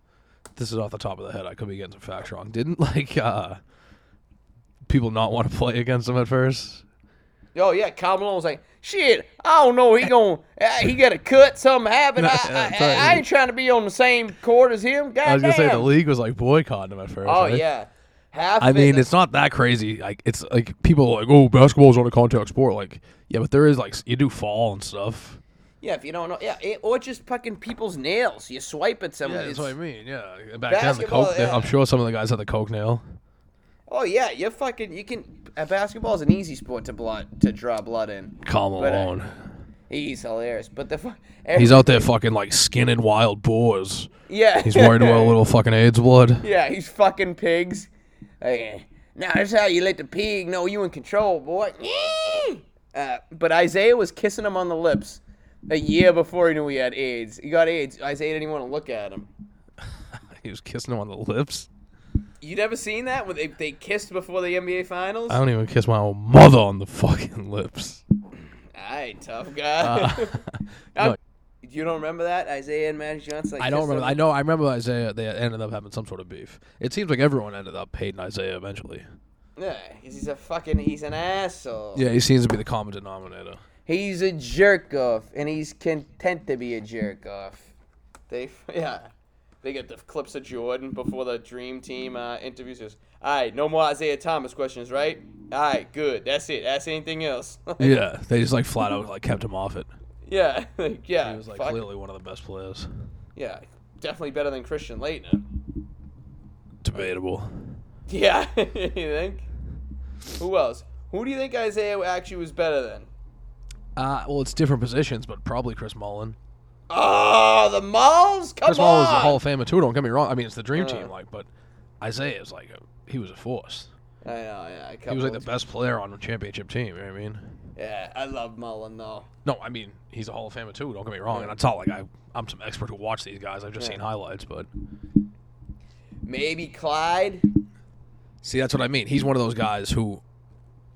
Speaker 1: This is off the top of the head. I could be getting some facts wrong. Didn't like uh, people not want to play against him at first?
Speaker 2: oh yeah, Kyle Malone was like, "Shit, I don't know. He gon' uh, he got a cut. Something happened.
Speaker 1: No,
Speaker 2: I,
Speaker 1: yeah,
Speaker 2: I, I,
Speaker 1: sorry.
Speaker 2: I ain't trying to be on the same court as him. God
Speaker 1: I was
Speaker 2: damn.
Speaker 1: gonna say the league was like boycotting him at first.
Speaker 2: Oh
Speaker 1: right?
Speaker 2: yeah, half.
Speaker 1: I
Speaker 2: of
Speaker 1: mean,
Speaker 2: it-
Speaker 1: it's not that crazy. Like it's like people are like, oh, basketball's not a contact sport. Like, yeah, but there is like s- you do fall and stuff.
Speaker 2: yeah. If you don't know, yeah, it, or just fucking people's nails. You swipe at
Speaker 1: Yeah,
Speaker 2: someone.
Speaker 1: that's
Speaker 2: it's-
Speaker 1: what I mean. Yeah, back then the
Speaker 2: Basketball,
Speaker 1: coke.
Speaker 2: yeah.
Speaker 1: I'm sure some of the guys had the coke nail.
Speaker 2: oh yeah, you fucking you can. Uh, basketball is an easy sport to blood to draw blood in.
Speaker 1: Calm
Speaker 2: But, uh,
Speaker 1: alone.
Speaker 2: He's hilarious, but the fu- eh,
Speaker 1: He's out there fucking like skinning wild boars.
Speaker 2: yeah.
Speaker 1: He's worried about a little fucking AIDS blood.
Speaker 2: yeah, he's fucking pigs. Like, now that's how you let the pig know you in control, boy. Uh, but Isaiah was kissing him on the lips a year before he knew he had AIDS. He got AIDS. Isaiah didn't want to look at him.
Speaker 1: He was kissing him on the lips.
Speaker 2: You never seen that when they, they kissed before the NBA finals?
Speaker 1: I don't even kiss my own mother on the fucking lips.
Speaker 2: I tough guy.
Speaker 1: Uh,
Speaker 2: I'm-
Speaker 1: no,
Speaker 2: you don't remember that Isaiah and Magic Johnson? like,
Speaker 1: I don't
Speaker 2: kissed
Speaker 1: remember.
Speaker 2: on-
Speaker 1: I know. I remember Isaiah. They ended up having some sort of beef. It seems like everyone ended up hating Isaiah eventually.
Speaker 2: Yeah, 'cause he's a fucking he's an asshole.
Speaker 1: Yeah, he seems to be the common denominator.
Speaker 2: He's a jerk off, and he's content to be a jerk off. They yeah, they get the clips of Jordan before the Dream Team uh, interviews. Goes, all right, no more Isaiah Thomas questions, right? All right, good. That's it. Ask anything else.
Speaker 1: Yeah, they just like flat out like kept him off it.
Speaker 2: yeah, like, yeah.
Speaker 1: He was like
Speaker 2: fuck.
Speaker 1: clearly one of the best players.
Speaker 2: Yeah, definitely better than Christian Leitner.
Speaker 1: Debatable.
Speaker 2: Yeah, you think? Who else? Who do you think Isaiah actually was better than?
Speaker 1: Uh, well, it's different positions, but probably Chris Mullen.
Speaker 2: Oh, the Mauls? Come
Speaker 1: Chris
Speaker 2: on!
Speaker 1: Mullen is a Hall of Famer too. Don't get me wrong. I mean, it's the dream
Speaker 2: Uh.
Speaker 1: team, like, but Isaiah is like a, he was a force.
Speaker 2: I know, yeah. a
Speaker 1: He was like the
Speaker 2: couple-
Speaker 1: best player on a championship team. You know what I mean?
Speaker 2: Yeah, I love Mullen, though.
Speaker 1: No, I mean he's a Hall of Famer too. Don't get me wrong. And it's not like I, I'm some expert who watch these guys. I've just
Speaker 2: Yeah.
Speaker 1: seen highlights, but
Speaker 2: Maybe Clyde?
Speaker 1: see, that's what I mean. He's one of those guys who,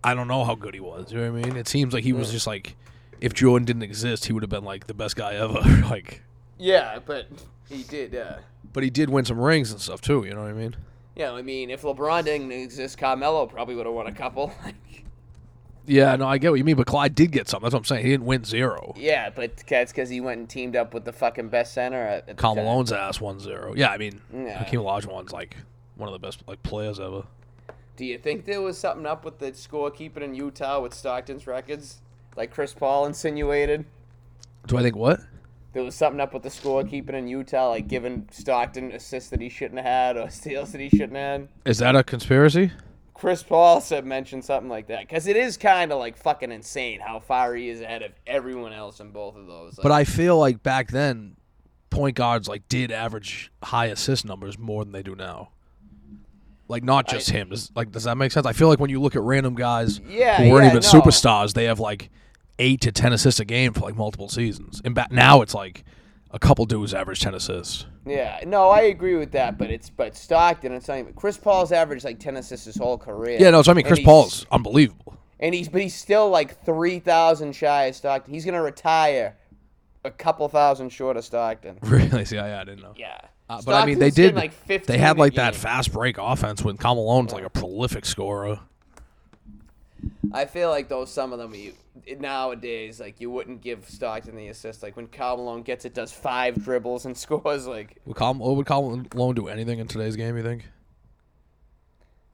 Speaker 1: I don't know how good he was. You know what I mean? It seems like he was just like, if Jordan didn't exist, he would have been like the best guy ever. like,
Speaker 2: Yeah, but he did, uh, yeah.
Speaker 1: but he did win some rings and stuff too. You know what I mean?
Speaker 2: Yeah, I mean, if LeBron didn't exist, Carmelo probably would have won a couple.
Speaker 1: Yeah, no, I get what you mean. But Clyde did get some. That's what I'm saying. He didn't win zero.
Speaker 2: yeah, but that's because he went and teamed up with the fucking best center. At, at the
Speaker 1: Karl
Speaker 2: time.
Speaker 1: Malone's ass won zero. Yeah, I mean,
Speaker 2: Yeah.
Speaker 1: Hakeem Olajuwon's like one of the best like players ever.
Speaker 2: Do you think there was something up with the scorekeeping in Utah with Stockton's records? Like Chris Paul insinuated?
Speaker 1: Do I think what?
Speaker 2: there was something up with the scorekeeping in Utah, like giving Stockton assists that he shouldn't have had or steals that he shouldn't have had.
Speaker 1: Is that a conspiracy?
Speaker 2: Chris Paul said mentioned something like that because it is kind of like fucking insane how far he is ahead of everyone else in both of those.
Speaker 1: But I feel like back then, point guards like did average high assist numbers more than they do now. Like not just him. Does, like does that make sense? I feel like when you look at random guys
Speaker 2: Yeah,
Speaker 1: who weren't
Speaker 2: yeah,
Speaker 1: even
Speaker 2: no.
Speaker 1: superstars, they have like eight to ten assists a game for like multiple seasons. And back now it's like a couple dudes average ten assists.
Speaker 2: yeah, no, I agree with that. But it's but Stockton, it's not even Chris Paul's averaged like ten assists his whole career.
Speaker 1: Yeah, no, so I mean
Speaker 2: And
Speaker 1: Chris
Speaker 2: he's-
Speaker 1: Paul's unbelievable.
Speaker 2: and he's but he's still like three thousand shy of Stockton. He's gonna retire a couple thousand short of Stockton.
Speaker 1: Really? See, I, I didn't know.
Speaker 2: Yeah,
Speaker 1: Uh, but I mean, they
Speaker 2: Stockton's
Speaker 1: did.
Speaker 2: getting, like fifteen.
Speaker 1: they had
Speaker 2: a
Speaker 1: like that
Speaker 2: game.
Speaker 1: fast break offense when Kamalone's like a prolific scorer.
Speaker 2: I feel like though some of them you nowadays like you wouldn't give Stockton the assist. Like when Kyle Malone gets it, does five dribbles and scores. Like
Speaker 1: Would Kam- would Kamalone do anything in today's game? You think?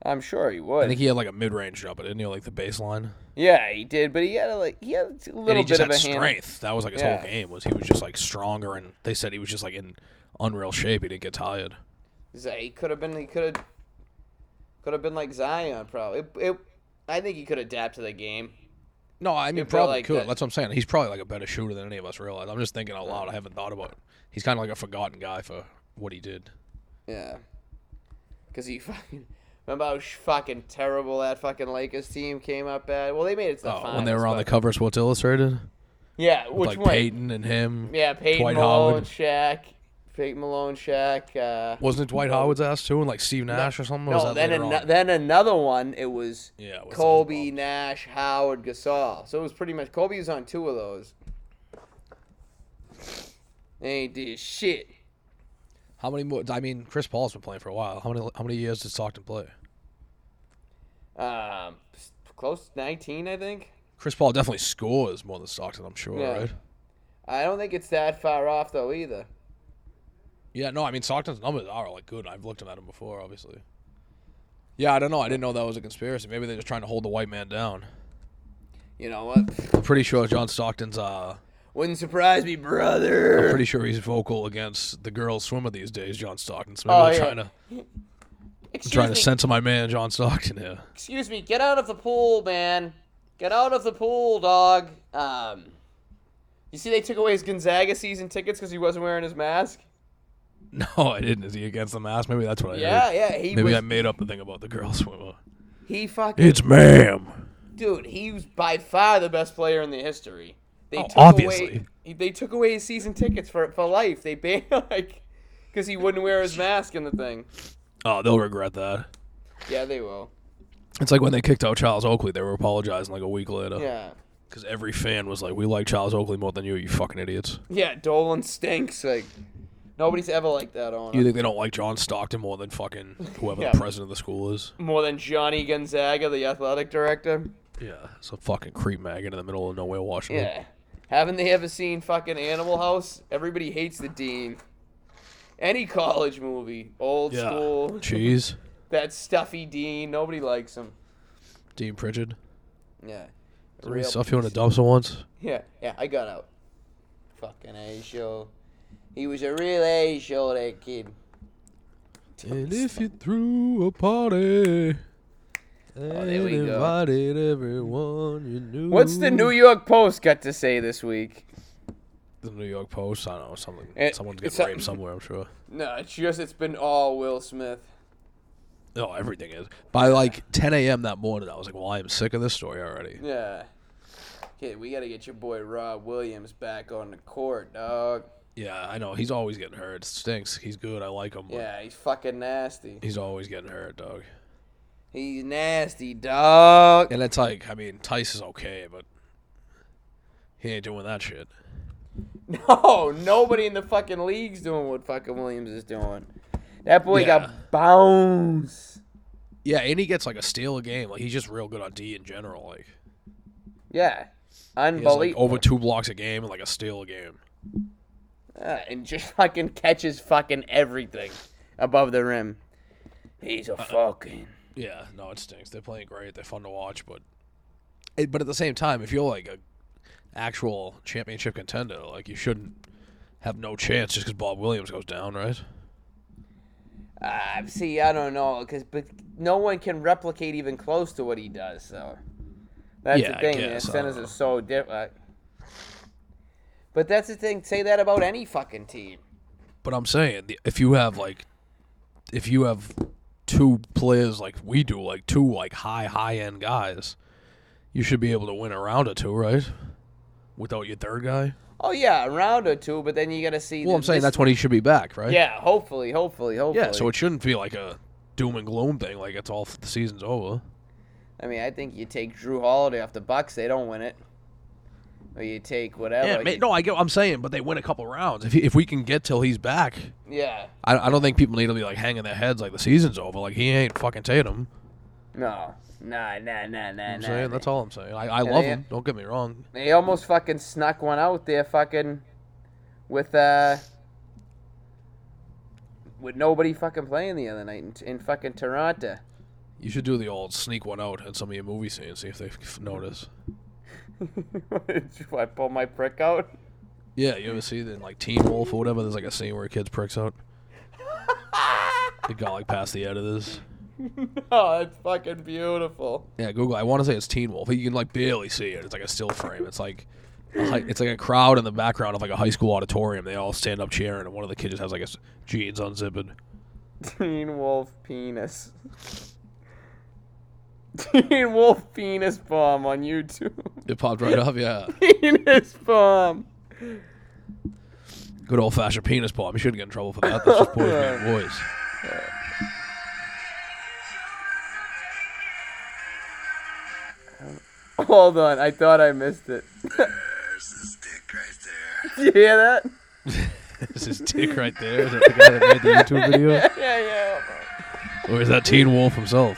Speaker 2: I'm sure he would.
Speaker 1: I think he had like a mid-range jumper, didn't he? Like the baseline.
Speaker 2: yeah, he did, but he had a, like he had a
Speaker 1: And
Speaker 2: little
Speaker 1: he
Speaker 2: bit
Speaker 1: just
Speaker 2: of
Speaker 1: had
Speaker 2: a hand.
Speaker 1: strength. That was like his
Speaker 2: Yeah.
Speaker 1: whole game was he was just like stronger, and they said he was just like in unreal shape. He didn't get tired.
Speaker 2: He's like, he could have been. He could have. Could have been like Zion, probably. It, it, I think he could adapt to the game.
Speaker 1: No, I mean
Speaker 2: built
Speaker 1: probably
Speaker 2: like
Speaker 1: could.
Speaker 2: that.
Speaker 1: That's what I'm saying. He's probably like a better shooter than any of us realize. I'm just thinking out loud. I haven't thought about. It. He's kind of like a forgotten guy for what he did.
Speaker 2: Yeah. Because he fucking. Remember how sh- fucking terrible that fucking Lakers team came up at? Well, they made it to the
Speaker 1: Oh,
Speaker 2: finals.
Speaker 1: when they were on the
Speaker 2: but-
Speaker 1: cover of Sports Illustrated,
Speaker 2: Yeah, which
Speaker 1: like
Speaker 2: one?
Speaker 1: Peyton and him.
Speaker 2: yeah, Peyton
Speaker 1: Dwight
Speaker 2: Malone,
Speaker 1: Howard.
Speaker 2: Shaq. Peyton Malone, Shaq. Uh,
Speaker 1: Wasn't it Dwight Howard's ass too, and like Steve Nash or something? Or was
Speaker 2: no,
Speaker 1: that
Speaker 2: then,
Speaker 1: later
Speaker 2: an-
Speaker 1: on?
Speaker 2: then another one, it was
Speaker 1: yeah, it was
Speaker 2: Kobe, Nash, Howard, Gasol. So it was pretty much. Kobe was on two of those. They ain't did shit.
Speaker 1: How many more? I mean, Chris Paul's been playing for a while. How many? How many years did Stockton play?
Speaker 2: Um, s- close to 19, I think.
Speaker 1: Chris Paul definitely scores more than Stockton. I'm sure,
Speaker 2: Yeah.
Speaker 1: right?
Speaker 2: I don't think it's that far off, though, either.
Speaker 1: Yeah, no, I mean Stockton's numbers are like good. I've looked at them before, obviously. Yeah, I don't know. I didn't know that was a conspiracy. Maybe they're just trying to hold the white man down.
Speaker 2: You know what?
Speaker 1: I'm pretty sure John Stockton's. Uh,
Speaker 2: Wouldn't surprise me, brother.
Speaker 1: pretty sure he's vocal against the girls swimmer these days. John Stockton. So maybe
Speaker 2: Oh,
Speaker 1: they're
Speaker 2: yeah.
Speaker 1: trying to
Speaker 2: excuse
Speaker 1: trying
Speaker 2: me,
Speaker 1: to censor my man John Stockton here.
Speaker 2: excuse me. Get out of the pool, man. Get out of the pool, dog. Um, you see, they took away his Gonzaga season tickets because he wasn't wearing his mask.
Speaker 1: No, I didn't. Is he against the mask? Maybe that's what I
Speaker 2: Yeah,
Speaker 1: heard.
Speaker 2: yeah. He
Speaker 1: Maybe
Speaker 2: was.
Speaker 1: I made up the thing about the girls swimmer.
Speaker 2: He fucking
Speaker 1: It's ma'am.
Speaker 2: dude. He was by far the best player in the history. They
Speaker 1: Oh,
Speaker 2: took
Speaker 1: obviously.
Speaker 2: Away, he- they took away his season tickets for for life. They banned like because he wouldn't wear his mask in the thing.
Speaker 1: Oh, they'll regret that.
Speaker 2: Yeah, they will.
Speaker 1: It's like when they kicked out Charles Oakley. They were apologizing like a week later.
Speaker 2: Yeah.
Speaker 1: Because every fan was like, "We like Charles Oakley more than you, you fucking idiots."
Speaker 2: Yeah, Dolan stinks. Like nobody's ever liked that on
Speaker 1: You
Speaker 2: him.
Speaker 1: think they don't like John Stockton more than fucking whoever
Speaker 2: Yeah.
Speaker 1: the president of the school is?
Speaker 2: more than Johnny Gonzaga, the athletic director.
Speaker 1: Yeah, some fucking creep maggot in the middle of nowhere, Washington.
Speaker 2: Yeah. Haven't they ever seen fucking Animal House? Everybody hates the dean. Any college movie, old
Speaker 1: Yeah.
Speaker 2: school,
Speaker 1: Cheese,
Speaker 2: that stuffy dean, nobody likes him.
Speaker 1: Dean Pritchard.
Speaker 2: Yeah.
Speaker 1: Some
Speaker 2: Real-
Speaker 1: stuff you want to dumpster once?
Speaker 2: Yeah, yeah, I got out. Fucking asshole. He was a real asshole, that kid.
Speaker 1: And if you threw a party and
Speaker 2: Oh, there we go.
Speaker 1: invited everyone you knew.
Speaker 2: What's the New York Post got to say this week?
Speaker 1: The New York Post. I don't know. Something.
Speaker 2: It-
Speaker 1: someone's
Speaker 2: Eh, it's
Speaker 1: getting
Speaker 2: a-
Speaker 1: raped somewhere. I'm sure.
Speaker 2: No, it's just it's been all Will Smith.
Speaker 1: No, everything is. By like 10 a.m. that morning, I was like, "Well, I am sick of this story already."
Speaker 2: Yeah. Okay, we gotta get your boy Rob Williams back on the court, dog.
Speaker 1: Yeah, I know. He's always getting hurt. It stinks. He's good. I like him. but
Speaker 2: Yeah, he's fucking nasty.
Speaker 1: He's always getting hurt, dog.
Speaker 2: He's nasty, dog.
Speaker 1: And it's like, I mean, Tice is okay, but he ain't doing that shit.
Speaker 2: No, nobody in the fucking league's doing what fucking Williams is doing. That boy
Speaker 1: Yeah.
Speaker 2: got bounce.
Speaker 1: Yeah, and he gets like a steal a game. Like he's just real good on D in general. Like
Speaker 2: Yeah.
Speaker 1: he has, like
Speaker 2: Unbelievable.
Speaker 1: over two blocks a game and like a steal a game. oh.
Speaker 2: Yeah, and just fucking catches fucking everything above the rim. He's a
Speaker 1: Uh-uh.
Speaker 2: fucking.
Speaker 1: Yeah, no, it stinks. They're playing great. They're fun to watch, but it, but at the same time, if you're like a actual championship contender, like you shouldn't have no chance just because Bob Williams goes down, right?
Speaker 2: Uh, see, I don't know, cause but no one can replicate even close to what he does. So that's
Speaker 1: Yeah,
Speaker 2: the
Speaker 1: I
Speaker 2: thing. man.
Speaker 1: guess, I
Speaker 2: Centers
Speaker 1: don't
Speaker 2: are so different. But that's the thing. Say that about any fucking team.
Speaker 1: But I'm saying the- if you have like if you have two players like we do, like two like high high end guys, you should be able to win a round or two, right? Without your third guy.
Speaker 2: Oh yeah, a round or two, but then you gotta see.
Speaker 1: Well, I'm
Speaker 2: this-
Speaker 1: saying that's when he should be back, right?
Speaker 2: Yeah, hopefully, hopefully, hopefully.
Speaker 1: Yeah. So it shouldn't be like a doom and gloom thing. Like it's all the season's over.
Speaker 2: I mean, I think you take Drew Holiday off the Bucks, they don't win it. Or you take whatever.
Speaker 1: Yeah. ma-
Speaker 2: you-
Speaker 1: no, I get what I'm saying, but they win a couple rounds. If he, if we can get till he's back,
Speaker 2: yeah.
Speaker 1: I, I don't think people need to be like hanging their heads like the season's over. Like he ain't fucking Tatum.
Speaker 2: No. Nah, nah, nah, nah,
Speaker 1: I'm
Speaker 2: nah.
Speaker 1: saying
Speaker 2: nah.
Speaker 1: that's all I'm saying. I, I love
Speaker 2: yeah.
Speaker 1: him. Don't get me wrong.
Speaker 2: They almost fucking snuck one out there, fucking with uh, with nobody fucking playing the other night in, in fucking Toronto.
Speaker 1: You should do the old sneak one out at some of your movie scenes, see if they f- notice.
Speaker 2: Should I pull my prick out?
Speaker 1: Yeah, you ever see that in like Teen Wolf or whatever? There's like a scene where a kid's pricks out. They got like past the editors.
Speaker 2: Oh, it's fucking beautiful.
Speaker 1: Yeah, Google. I want to say it's Teen Wolf. You can like barely see it. It's like a still frame. It's like a hi- it's like a crowd in the background of like a high school auditorium. They all stand up cheering, and one of the kids just has like his jeans unzipped.
Speaker 2: Teen Wolf penis. Teen Wolf penis bomb on YouTube.
Speaker 1: It popped right up. Yeah,
Speaker 2: penis bomb.
Speaker 1: good old fashioned penis bomb. You shouldn't get in trouble for that. That's just boys being boys.
Speaker 2: Hold on, I thought I missed it.
Speaker 3: There's this dick right there.
Speaker 2: Did you hear that?
Speaker 1: Is his dick right there? Is that the guy that made the YouTube video,
Speaker 2: Yeah, yeah.
Speaker 1: or is that Teen Wolf himself?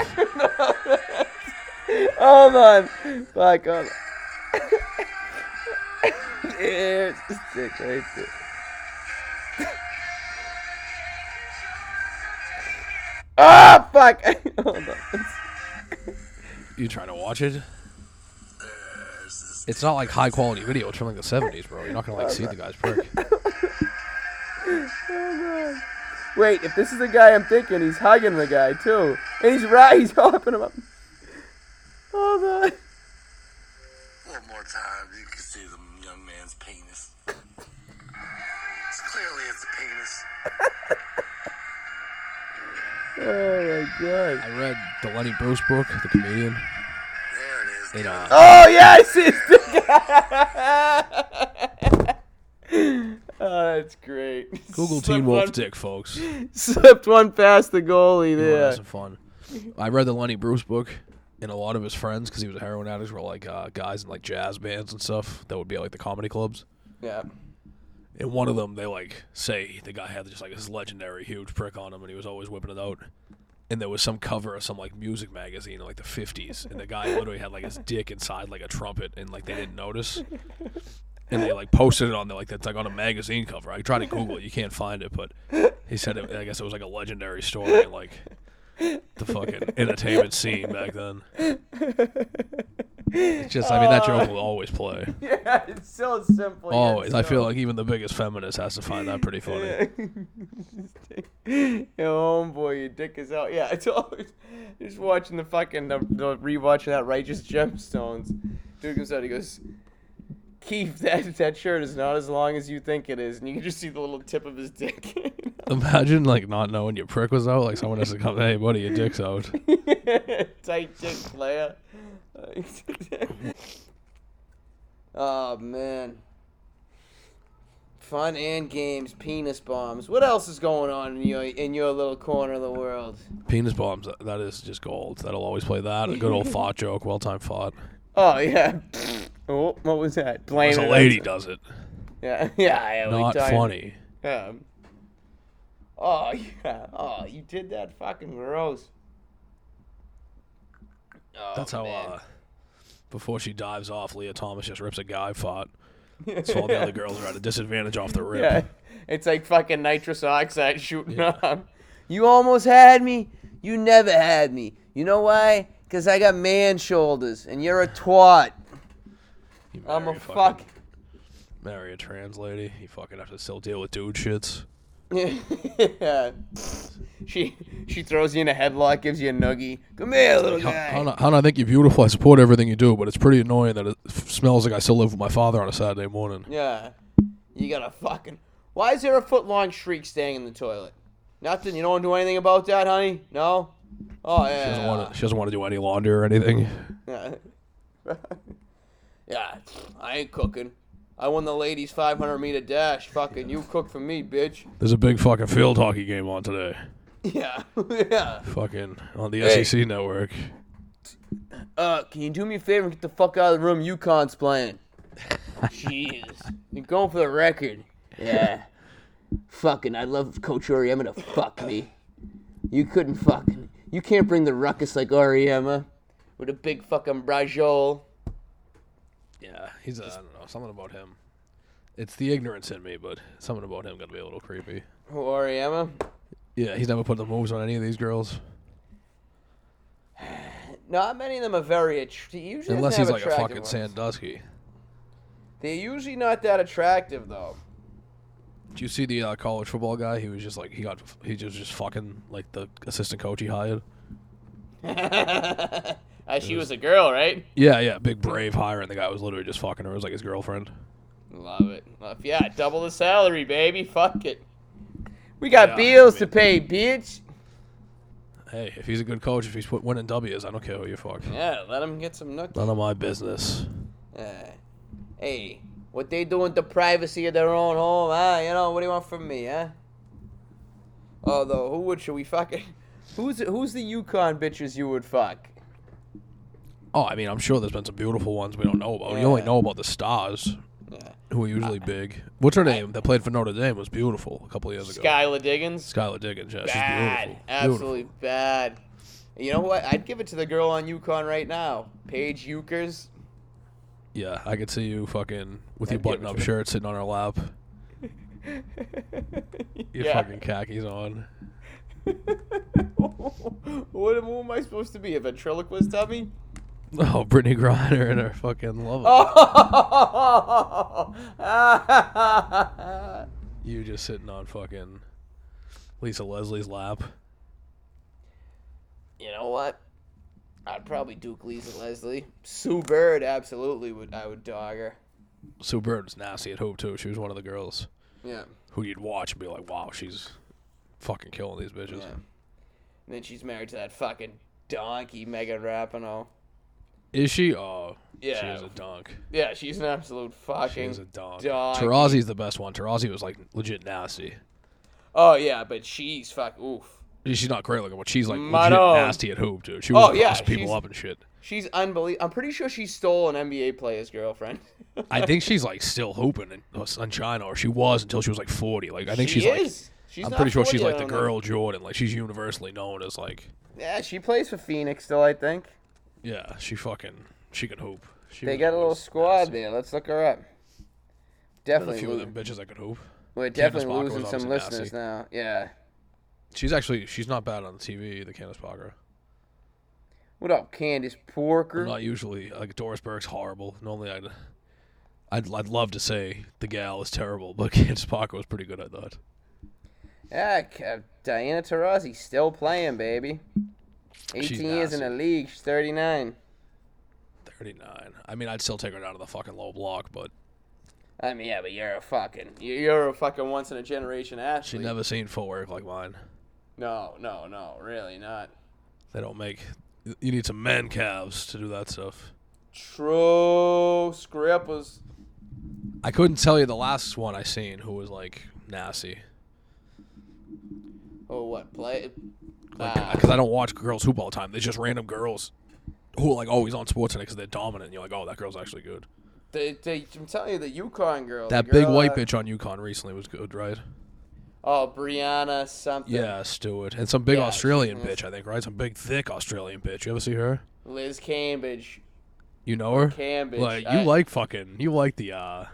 Speaker 2: Hold on. Fuck, hold on. There's this dick right there. Ah, fuck! Hold on.
Speaker 1: You trying to watch it?
Speaker 3: There's this
Speaker 1: It's not like high quality video. It's from like the seventies, bro. You're not gonna like see the guy's prick.
Speaker 2: Wait, if this is the guy I'm thinking, he's hugging the guy too, and he's right. He's hopping him up. Hold on.
Speaker 3: one more time. You can see the young man's penis. It's clearly it's a penis.
Speaker 2: Oh my god.
Speaker 1: I read the Lenny Bruce book, the comedian.
Speaker 3: There it is.
Speaker 1: It, uh,
Speaker 2: Oh yeah, I see his dick. oh, that's great.
Speaker 1: Google
Speaker 2: Slipped
Speaker 1: Teen Wolf
Speaker 2: one-
Speaker 1: Dick, folks. You wanna
Speaker 2: Slipped one past the goalie
Speaker 1: have
Speaker 2: there.
Speaker 1: some fun. I read the Lenny Bruce book, and a lot of his friends, because he was a heroin addict, were like uh, guys in like jazz bands and stuff that would be at, like the comedy clubs.
Speaker 2: Yeah.
Speaker 1: And one of them, they like say the guy had just like this legendary huge prick on him, and he was always whipping it out. And there was some cover of some like music magazine in like the fifties, and the guy literally had like his dick inside like a trumpet, and like they didn't notice. And they like posted it on the like that's like on a magazine cover. I tried to Google it, you can't find it, but he said it, I guess it was like a legendary story in like the fucking entertainment scene back then. It's just I mean that joke will always play.
Speaker 2: Uh, Yeah, it's so simple. yet
Speaker 1: Always. Oh, I
Speaker 2: so-
Speaker 1: feel like even the biggest feminist has to find that pretty funny.
Speaker 2: Yo, homeboy, your dick is out. Yeah, it's always just watching the fucking the, the rewatching that righteous gemstones. Dude comes out, he goes, Keith, that that shirt is not as long as you think it is, and you can just see the little tip of his dick.
Speaker 1: Imagine like not knowing your prick was out. Like someone has to come, hey buddy, your dick's out.
Speaker 2: Tight dick player. oh man. Fun and games, penis bombs. What else is going on in your in your little corner of the world?
Speaker 1: Penis bombs. That is just gold. That'll always play that. A good old thought joke. Well timed thought.
Speaker 2: Oh yeah. Oh, what was that? Blame
Speaker 1: As a
Speaker 2: it on-
Speaker 1: lady does it.
Speaker 2: Yeah, yeah. yeah we
Speaker 1: Not
Speaker 2: talking-
Speaker 1: funny.
Speaker 2: Yeah. Oh yeah. Oh, you did that. Fucking gross. Oh,
Speaker 1: That's how.
Speaker 2: man.
Speaker 1: uh Before she dives off, Leah Thomas just rips a guy fought. So all the other girls are at a disadvantage off the rip.
Speaker 2: Yeah, it's like fucking nitrous oxide shooting up. You almost had me. You never had me. You know why? Because I got man shoulders, and you're a twat.
Speaker 1: You
Speaker 2: I'm
Speaker 1: marry
Speaker 2: a fuck.
Speaker 1: fucking- Marry a trans lady. You fucking have to still deal with dude shits.
Speaker 2: yeah. She she throws you in a headlock, gives you a noogie. Come here, little
Speaker 1: Hon,
Speaker 2: guy.
Speaker 1: hon, hon, I think you're beautiful. I support everything you do, but it's pretty annoying that it f- smells like I still live with my father on a Saturday morning.
Speaker 2: Yeah. You got to fucking. Why is there a foot long shriek staying in the toilet? Nothing. You don't do anything about that, honey? No? Oh, yeah.
Speaker 1: She doesn't want to. She doesn't want to do any laundry or anything.
Speaker 2: Yeah. yeah, I ain't cooking. I won the ladies 500 meter dash. Fucking, you cook for me, bitch.
Speaker 1: There's a big fucking field hockey game on today.
Speaker 2: Yeah, yeah.
Speaker 1: Fucking on the
Speaker 2: Hey.
Speaker 1: SEC network.
Speaker 2: Uh, can you do me a favor and get the fuck out of the room? UConn's playing. Jeez, you're going for the record. Yeah. fucking, I love Coach REM to fuck me. You couldn't fucking. You can't bring the ruckus like REM, huh? With a big fucking brajol.
Speaker 1: Yeah, he's. uh, I I don't know something about him. It's the ignorance in me, but something about him gonna be a little creepy.
Speaker 2: Who E REM?
Speaker 1: Yeah, he's never put the moves on any of these girls.
Speaker 2: Not many of them are very attractive. Usually
Speaker 1: Unless
Speaker 2: doesn't
Speaker 1: he's
Speaker 2: have
Speaker 1: like a
Speaker 2: attractive
Speaker 1: fucking
Speaker 2: ones.
Speaker 1: Sandusky.
Speaker 2: They're usually not that attractive though.
Speaker 1: Did you see the uh, college football guy? He was just like he got he just just fucking like the assistant coach he hired.
Speaker 2: uh, she was a girl, right?
Speaker 1: Yeah, yeah, big brave hire, and the guy was literally just fucking her. It was like his girlfriend.
Speaker 2: Love it. Love, yeah, double the salary, baby. Fuck it. We got
Speaker 1: Yeah,
Speaker 2: bills
Speaker 1: I
Speaker 2: to pay, bitch.
Speaker 1: Hey, if he's a good coach, if he's put winning W's, I don't care who you fuck.
Speaker 2: Yeah, let them get some nookie.
Speaker 1: None of my business.
Speaker 2: Uh, hey, what they doing to privacy of their own home, huh? You know, what do you want from me, huh? Although, who would should we fucking? Who's who's the Yukon bitches you would fuck?
Speaker 1: Oh, I mean, I'm sure there's been some beautiful ones we don't know about. You only
Speaker 2: Yeah. Uh,
Speaker 1: know about the stars,
Speaker 2: Yeah.
Speaker 1: who are usually big. What's her name? that played for Notre Dame was beautiful a couple years ago.
Speaker 2: Skyla Diggins.
Speaker 1: Skylar Diggins. Yeah, she's
Speaker 2: Bad,
Speaker 1: beautiful.
Speaker 2: absolutely
Speaker 1: Beautiful.
Speaker 2: bad. You know what? I'd give it to the girl on Yukon right now, Paige Ukers.
Speaker 1: Yeah, I could see you fucking with your
Speaker 2: I'd give it
Speaker 1: button-up
Speaker 2: to her.
Speaker 1: shirt sitting on her lap, your
Speaker 2: yeah.
Speaker 1: fucking khakis on.
Speaker 2: what, am- who am I supposed to be? A ventriloquist dummy?
Speaker 1: Oh, Brittany Griner and her fucking love.
Speaker 2: Oh!
Speaker 1: You just sitting on fucking Lisa Leslie's lap.
Speaker 2: you know what? I'd probably Duke Lisa Leslie. Sue Bird, absolutely would. I would dog her.
Speaker 1: Sue Bird was nasty at Hope too. She was one of the girls
Speaker 2: Yeah.
Speaker 1: who you'd watch and be like, "Wow, she's fucking killing these bitches."
Speaker 2: Yeah. And then she's married to that fucking donkey Megan Rapinoe.
Speaker 1: Is she? Oh, she
Speaker 2: Yeah.
Speaker 1: is a dunk.
Speaker 2: Yeah, she's an absolute
Speaker 1: She
Speaker 2: fucking
Speaker 1: is a dunk.
Speaker 2: dog.
Speaker 1: Tarazi's the best one. Tarazi was like legit nasty.
Speaker 2: Oh yeah, but she's fuck oof.
Speaker 1: She's not great looking, but she's like
Speaker 2: Madonna.
Speaker 1: legit nasty at hoop, dude. She was
Speaker 2: Oh,
Speaker 1: oh,
Speaker 2: yeah, she's-
Speaker 1: people up and shit.
Speaker 2: She's unbelievable. I'm pretty sure she stole an NBA player's girlfriend.
Speaker 1: I think she's like still hooping in, in China, or she was until she was like forty. Like I think
Speaker 2: she
Speaker 1: she's like,
Speaker 2: is. she's
Speaker 1: I'm
Speaker 2: not
Speaker 1: pretty sure
Speaker 2: 40,
Speaker 1: she's
Speaker 2: I
Speaker 1: like the
Speaker 2: don't know.
Speaker 1: girl Jordan. Like she's universally known as like,
Speaker 2: Yeah, she plays for Phoenix still, I think.
Speaker 1: yeah, she fucking she can hoop. She
Speaker 2: They
Speaker 1: was
Speaker 2: got a little
Speaker 1: always
Speaker 2: squad there. Let's look her up.
Speaker 1: There's a
Speaker 2: Definitely,
Speaker 1: few of them
Speaker 2: lo-
Speaker 1: bitches that could hoop.
Speaker 2: we're
Speaker 1: Candace
Speaker 2: definitely
Speaker 1: Parker was
Speaker 2: losing some
Speaker 1: obviously nasty.
Speaker 2: listeners now. Yeah.
Speaker 1: She's actually she's not bad on TV. The Candace Parker.
Speaker 2: What up, Candace
Speaker 1: I'm
Speaker 2: Porker?
Speaker 1: not usually like Doris Burke's horrible. Normally I'd I'd I'd love to say the gal is terrible, but Candace Parker was pretty good. I thought.
Speaker 2: Yeah, Ca- Diana Taurasi still playing, baby. 18
Speaker 1: She's
Speaker 2: years in the
Speaker 1: nasty.
Speaker 2: league. She's 39.
Speaker 1: 39. I mean, I'd still take her down to the fucking low block, but
Speaker 2: I mean, yeah, but you're a fucking you- you're a fucking once in a generation
Speaker 1: she
Speaker 2: athlete.
Speaker 1: never seen footwork like mine.
Speaker 2: No, no, no, really not.
Speaker 1: They don't make. You need some man calves to do that stuff.
Speaker 2: True scrippers.
Speaker 1: I couldn't tell you the last one I seen who was like nasty,
Speaker 2: Oh, what play?
Speaker 1: like
Speaker 2: Ah.
Speaker 1: because I don't watch girls hoop all the time. There's just random girls who are like always on sports because they're dominant. And you're like, oh, that girl's actually good.
Speaker 2: They, they, I'm telling you, the Yukon girl. the
Speaker 1: That big
Speaker 2: girl,
Speaker 1: white
Speaker 2: uh,
Speaker 1: bitch on UConn recently was good, right?
Speaker 2: Oh, Brianna something.
Speaker 1: Yeah, Stewart. And some big
Speaker 2: Yeah,
Speaker 1: Australian
Speaker 2: she-
Speaker 1: bitch, I think, right? Some big, thick Australian bitch. You ever see her?
Speaker 2: Liz Cambridge.
Speaker 1: You know her?
Speaker 2: Cambridge.
Speaker 1: Like, you
Speaker 2: I-
Speaker 1: like fucking, you like the, uh,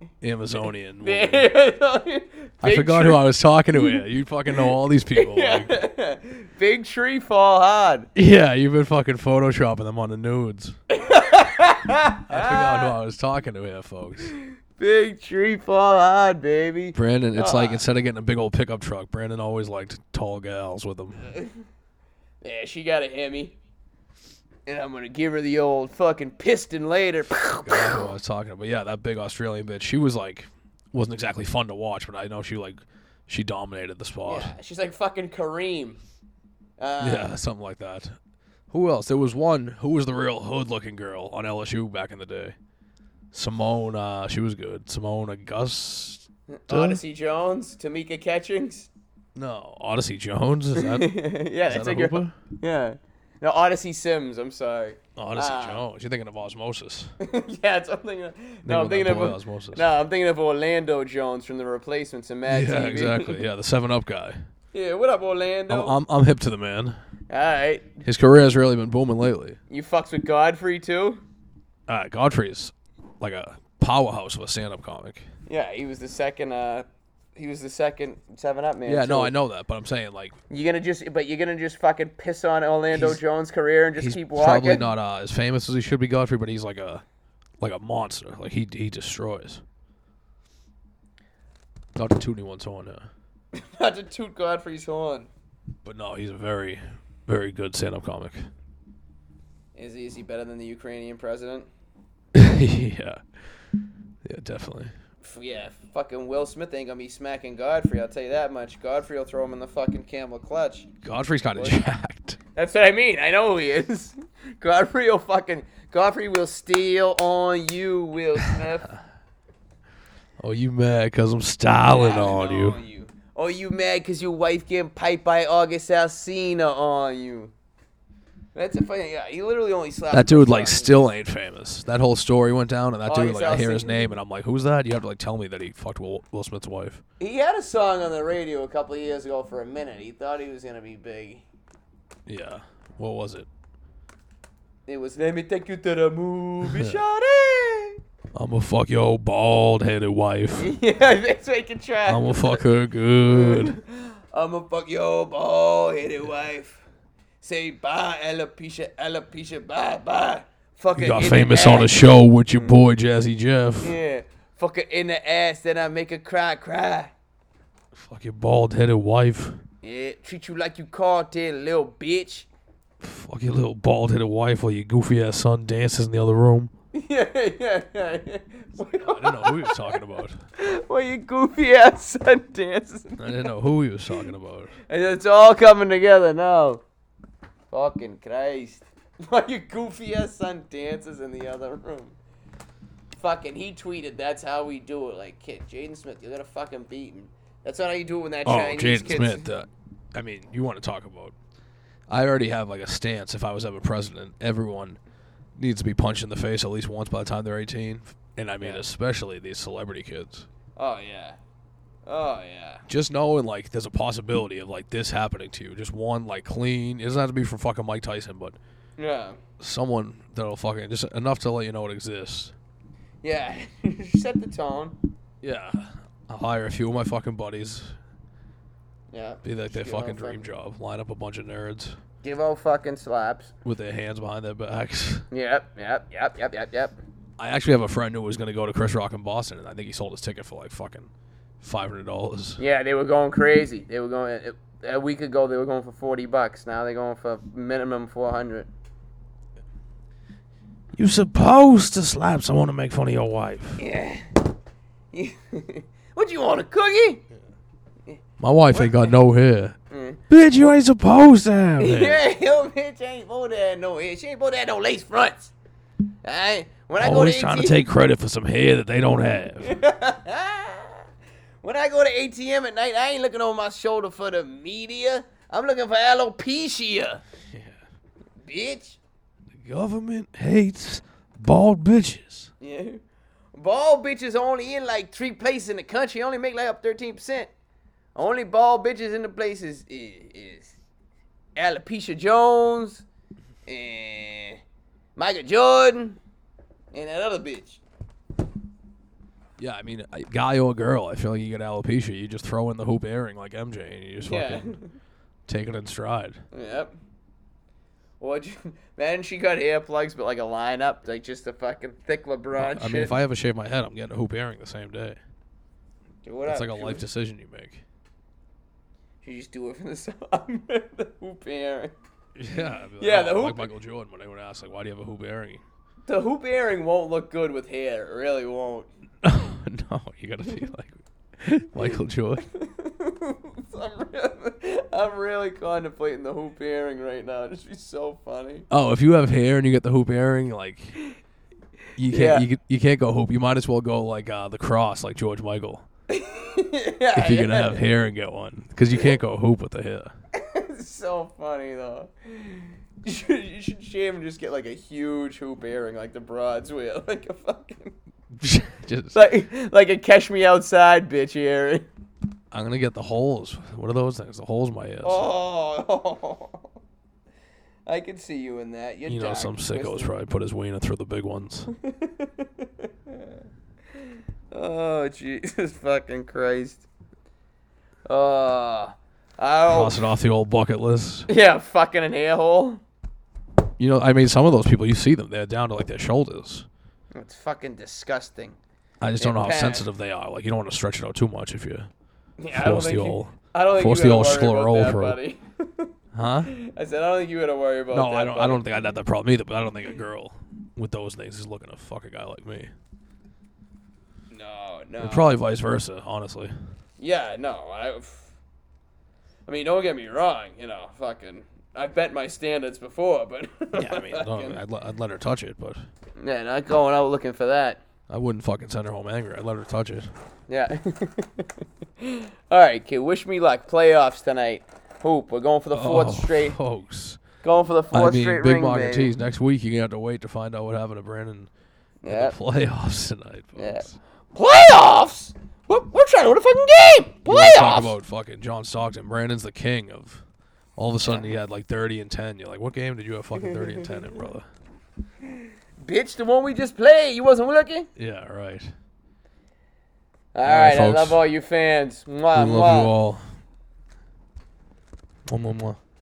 Speaker 1: Amazonian. woman. I
Speaker 2: Big
Speaker 1: forgot
Speaker 2: tree-
Speaker 1: who I was talking to here. You fucking know all these people. like-
Speaker 2: Big tree fall hard.
Speaker 1: yeah, you've been fucking photoshopping them on the nudes. I forgot who I was talking to here, folks.
Speaker 2: Big tree fall hard, baby.
Speaker 1: Brandon, it's like instead of getting a big old pickup truck, Brandon always liked tall gals with him.
Speaker 2: Yeah, she got a Hemi. And I'm gonna give her the old fucking piston later.
Speaker 1: I don't know what I was talking about. But yeah, that big Australian bitch, she was like, wasn't exactly fun to watch, but I know she like, she dominated the spot.
Speaker 2: Yeah, she's like fucking Kareem. Uh,
Speaker 1: Yeah, something like that. Who else? There was one. Who was the real hood-looking girl on LSU back in the day? Simone. Uh, she was good. Simone August.
Speaker 2: Odyssey Jones, Tamika Catchings.
Speaker 1: No, Odyssey Jones. Is that, is
Speaker 2: yeah,
Speaker 1: that
Speaker 2: that's
Speaker 1: a
Speaker 2: a girl.
Speaker 1: hooper?
Speaker 2: Yeah. No, Odyssey Sims. I'm sorry.
Speaker 1: Odyssey
Speaker 2: Ah.
Speaker 1: Jones. You're thinking of osmosis.
Speaker 2: yeah, it's, I'm thinking. Of, no, I'm
Speaker 1: about that
Speaker 2: thinking of.
Speaker 1: boy, Osmosis.
Speaker 2: No, I'm thinking of Orlando Jones from The Replacements and Mad
Speaker 1: yeah,
Speaker 2: TV.
Speaker 1: exactly. Yeah, the Seven Up guy.
Speaker 2: yeah, what up, Orlando?
Speaker 1: I'm, I'm I'm hip to the man.
Speaker 2: All right,
Speaker 1: His career has really been booming lately.
Speaker 2: you fucks with Godfrey too.
Speaker 1: Uh, Godfrey's like a powerhouse of a stand-up comic.
Speaker 2: Yeah, he was the second uh, He was the second Seven Up man.
Speaker 1: Yeah, no,
Speaker 2: too.
Speaker 1: I know that, but I'm saying like
Speaker 2: You're gonna just, but you're gonna just fucking piss on Orlando
Speaker 1: He's-
Speaker 2: Jones' career and just
Speaker 1: he's
Speaker 2: keep walking.
Speaker 1: probably not uh, as famous as he should be, Godfrey, but he's like a like a monster. Like he he destroys. Not to toot anyone's horn, uh,
Speaker 2: Not to toot Godfrey's horn.
Speaker 1: but no, he's a very very good stand-up comic.
Speaker 2: Is he, is he better than the Ukrainian president?
Speaker 1: yeah, yeah, definitely.
Speaker 2: F- Yeah, fucking Will Smith ain't gonna be smacking Godfrey. I'll tell you that much. Godfrey will throw him in the fucking camel clutch.
Speaker 1: Godfrey's kind of jacked.
Speaker 2: That's what I mean. I know he is. Godfrey will fucking Godfrey will steal on you, Will Smith.
Speaker 1: Oh, you mad? Cause I'm styling
Speaker 2: Stealing
Speaker 1: on you.
Speaker 2: Oh, you mad because your wife getting piped by August Alsina on you? That's a funny. Yeah, he literally only slapped.
Speaker 1: That dude like
Speaker 2: August.
Speaker 1: still ain't famous. That whole story went down, and that dude
Speaker 2: August
Speaker 1: like Oh, I hear his
Speaker 2: Alsina.
Speaker 1: name, and I'm like, who's that? You have to like tell me that he fucked Will, Will Smith's wife.
Speaker 2: He had a song on the radio a couple of years ago for a minute. He thought he was gonna be big.
Speaker 1: Yeah. What was it?
Speaker 2: It was "Let me take you to the movie, shawty."
Speaker 1: I'm gonna fuck your bald headed wife.
Speaker 2: yeah, that's making track.
Speaker 1: I'm gonna fuck her good.
Speaker 2: I'm gonna fuck your bald-headed wife. Say bye, alopecia, alopecia, bye, bye. Fucking
Speaker 1: You got famous on a show with your boy Jazzy Jeff.
Speaker 2: Yeah, fuck her in the ass, then I make her cry, cry.
Speaker 1: Fuck your bald headed wife.
Speaker 2: Yeah, treat you like you caught it, little bitch.
Speaker 1: Fuck your little bald headed wife while your goofy ass son dances in the other room.
Speaker 2: yeah, yeah, yeah.
Speaker 1: I didn't know who he was talking about.
Speaker 2: Well, you goofy ass son dances.
Speaker 1: I didn't know who he was talking about.
Speaker 2: And it's all coming together now. Fucking Christ. Why your goofy ass son dances in the other room? Fucking, he tweeted, that's how we do it. Like, kid, Jaden Smith, you gotta fucking beat him. That's not how you do it when that
Speaker 1: Oh,
Speaker 2: Chinese
Speaker 1: Jaden
Speaker 2: kid's.
Speaker 1: Smith. Uh, I mean, you want to talk about? I already have like a stance. If I was ever president, everyone needs to be punched in the face at least once by the time they're 18, and I mean
Speaker 2: Yeah.
Speaker 1: especially these celebrity kids.
Speaker 2: Oh, yeah. Oh, yeah.
Speaker 1: Just knowing like there's a possibility of like this happening to you. Just one like clean. It doesn't have to be from fucking Mike Tyson, but
Speaker 2: Yeah.
Speaker 1: someone that'll fucking just enough to let you know it exists.
Speaker 2: Yeah. Set the tone.
Speaker 1: Yeah, I'll hire a few of my fucking buddies.
Speaker 2: Yeah.
Speaker 1: Be like their
Speaker 2: Give out
Speaker 1: fucking dream job. Line up a bunch of nerds
Speaker 2: Give all fucking slaps.
Speaker 1: with their hands behind their backs.
Speaker 2: Yep, yep, yep, yep, yep, yep.
Speaker 1: I actually have a friend who was going to go to Chris Rock in Boston, and I think he sold his ticket for like fucking five hundred dollars.
Speaker 2: Yeah, they were going crazy. They were going a week ago. They were going for forty bucks. Now they're going for minimum four hundred.
Speaker 1: You supposed to slap someone to make fun of your wife.
Speaker 2: Yeah. what you want a cookie?
Speaker 1: My wife ain't got no hair. Bitch, you ain't supposed to have hair.
Speaker 2: Yeah, yo, bitch, I ain't bought that no hair. She ain't bought that no lace fronts. Alright, when I
Speaker 1: Always
Speaker 2: go to
Speaker 1: trying to
Speaker 2: ATM
Speaker 1: take credit for some hair that they don't have.
Speaker 2: Ah. when I go to ATM at night, I ain't looking over my shoulder for the media. I'm looking for alopecia. Bitch.
Speaker 1: The government hates bald bitches.
Speaker 2: Yeah. Bald bitches only in like three places in the country. Only make like up thirteen percent. Only bald bitches in the places is, is Alopecia Jones and Michael Jordan and that other bitch.
Speaker 1: Yeah, I mean, a guy or girl, I feel like you get alopecia. You just throw in the hoop airing like MJ, and you just fucking take it in stride.
Speaker 2: yep. Well, man, she got earplugs, but like a lineup, like just a fucking thick LeBron
Speaker 1: I mean, if I ever shave my head, I'm getting a hoop airing the same day. It's like a life decision you make.
Speaker 2: You just do it from the side. the hoop airing.
Speaker 1: Yeah, I'd be like,
Speaker 2: Yeah, the
Speaker 1: "Oh,
Speaker 2: hoop-
Speaker 1: like Michael Jordan when they would ask like, "Why do you have a hoop earring?"
Speaker 2: The hoop airing won't look good with hair. It really won't.
Speaker 1: no, you gotta be like Michael Jordan.
Speaker 2: I'm, really, I'm really contemplating the hoop earring right now. It'd just be so funny.
Speaker 1: Oh, if you have hair and you get the hoop earring, like you can't
Speaker 2: Yeah.
Speaker 1: you, can- you can't go hoop. You might as well go like uh, the cross, like George Michael,
Speaker 2: yeah,
Speaker 1: if you're gonna
Speaker 2: yeah.
Speaker 1: have hair and get one, because you can't go hoop with the hair.
Speaker 2: It's so funny though. You should, you should shave and just get like a huge hoop earring, like the broads wear, like a fucking
Speaker 1: Just,
Speaker 2: like like a catch me outside bitch earring.
Speaker 1: I'm gonna get the holes. What are those things? The holes in my ass.
Speaker 2: Oh. I could see you in that. You're
Speaker 1: you know,
Speaker 2: dark,
Speaker 1: some sicko's
Speaker 2: twisted.
Speaker 1: probably put his wiener through the big ones.
Speaker 2: oh Jesus fucking Christ. Uh, oh,
Speaker 1: Cross it off the old bucket list.
Speaker 2: yeah, fucking an air hole.
Speaker 1: You know, I mean, some of those people, you see them, they're down to like their shoulders.
Speaker 2: It's fucking disgusting.
Speaker 1: I just don't know how
Speaker 2: Impact.
Speaker 1: sensitive they are. Like, you don't want to stretch it out too much if you.
Speaker 2: Yeah, I don't
Speaker 1: Force
Speaker 2: think
Speaker 1: the
Speaker 2: you-
Speaker 1: old-
Speaker 2: I don't think
Speaker 1: force the
Speaker 2: you
Speaker 1: old
Speaker 2: gotta worry
Speaker 1: scleral
Speaker 2: about that,
Speaker 1: throat.
Speaker 2: buddy.
Speaker 1: Huh?
Speaker 2: I said I don't think you gotta worry about
Speaker 1: No,
Speaker 2: that.
Speaker 1: I don't. I
Speaker 2: buddy.
Speaker 1: don't think I'd have that problem either. But I don't think a girl with those things is looking to fuck a guy like me.
Speaker 2: No, no.
Speaker 1: Or Probably vice versa, honestly.
Speaker 2: Yeah, no. I, I mean, don't get me wrong. You know, fucking. I bet my standards before, but
Speaker 1: Yeah, I mean, I don't- I'd, let, I'd let her touch it, but
Speaker 2: yeah, not going out looking for that.
Speaker 1: I wouldn't fucking send her home angry. I'd let her touch it.
Speaker 2: Yeah. All right, kid. Wish me luck. Playoffs tonight. Hoop. We're going for the fourth
Speaker 1: oh,
Speaker 2: straight.
Speaker 1: folks.
Speaker 2: Going for the
Speaker 1: I
Speaker 2: fourth
Speaker 1: mean,
Speaker 2: straight
Speaker 1: Big
Speaker 2: ring,
Speaker 1: Mac and
Speaker 2: baby.
Speaker 1: Tees. Next week, you're gonna have to wait to find out what happened to Brandon
Speaker 2: Yeah.
Speaker 1: in the playoffs tonight, folks.
Speaker 2: Yeah. Playoffs. We're, we're trying to win a fucking game.
Speaker 1: You wanna
Speaker 2: Playoffs.
Speaker 1: Talk about fucking John Stockton. Brandon's the king of. All of a sudden, he had like 30 and 10. You're like, what game did you have fucking 30 and 10 in, brother?
Speaker 2: Bitch, the one we just played. You wasn't looking.
Speaker 1: Yeah, right.
Speaker 2: All
Speaker 1: right,
Speaker 2: right, I
Speaker 1: folks.
Speaker 2: love all you fans. Mwah,
Speaker 1: We
Speaker 2: mwah.
Speaker 1: love you all. Mwah, mwah, mwah.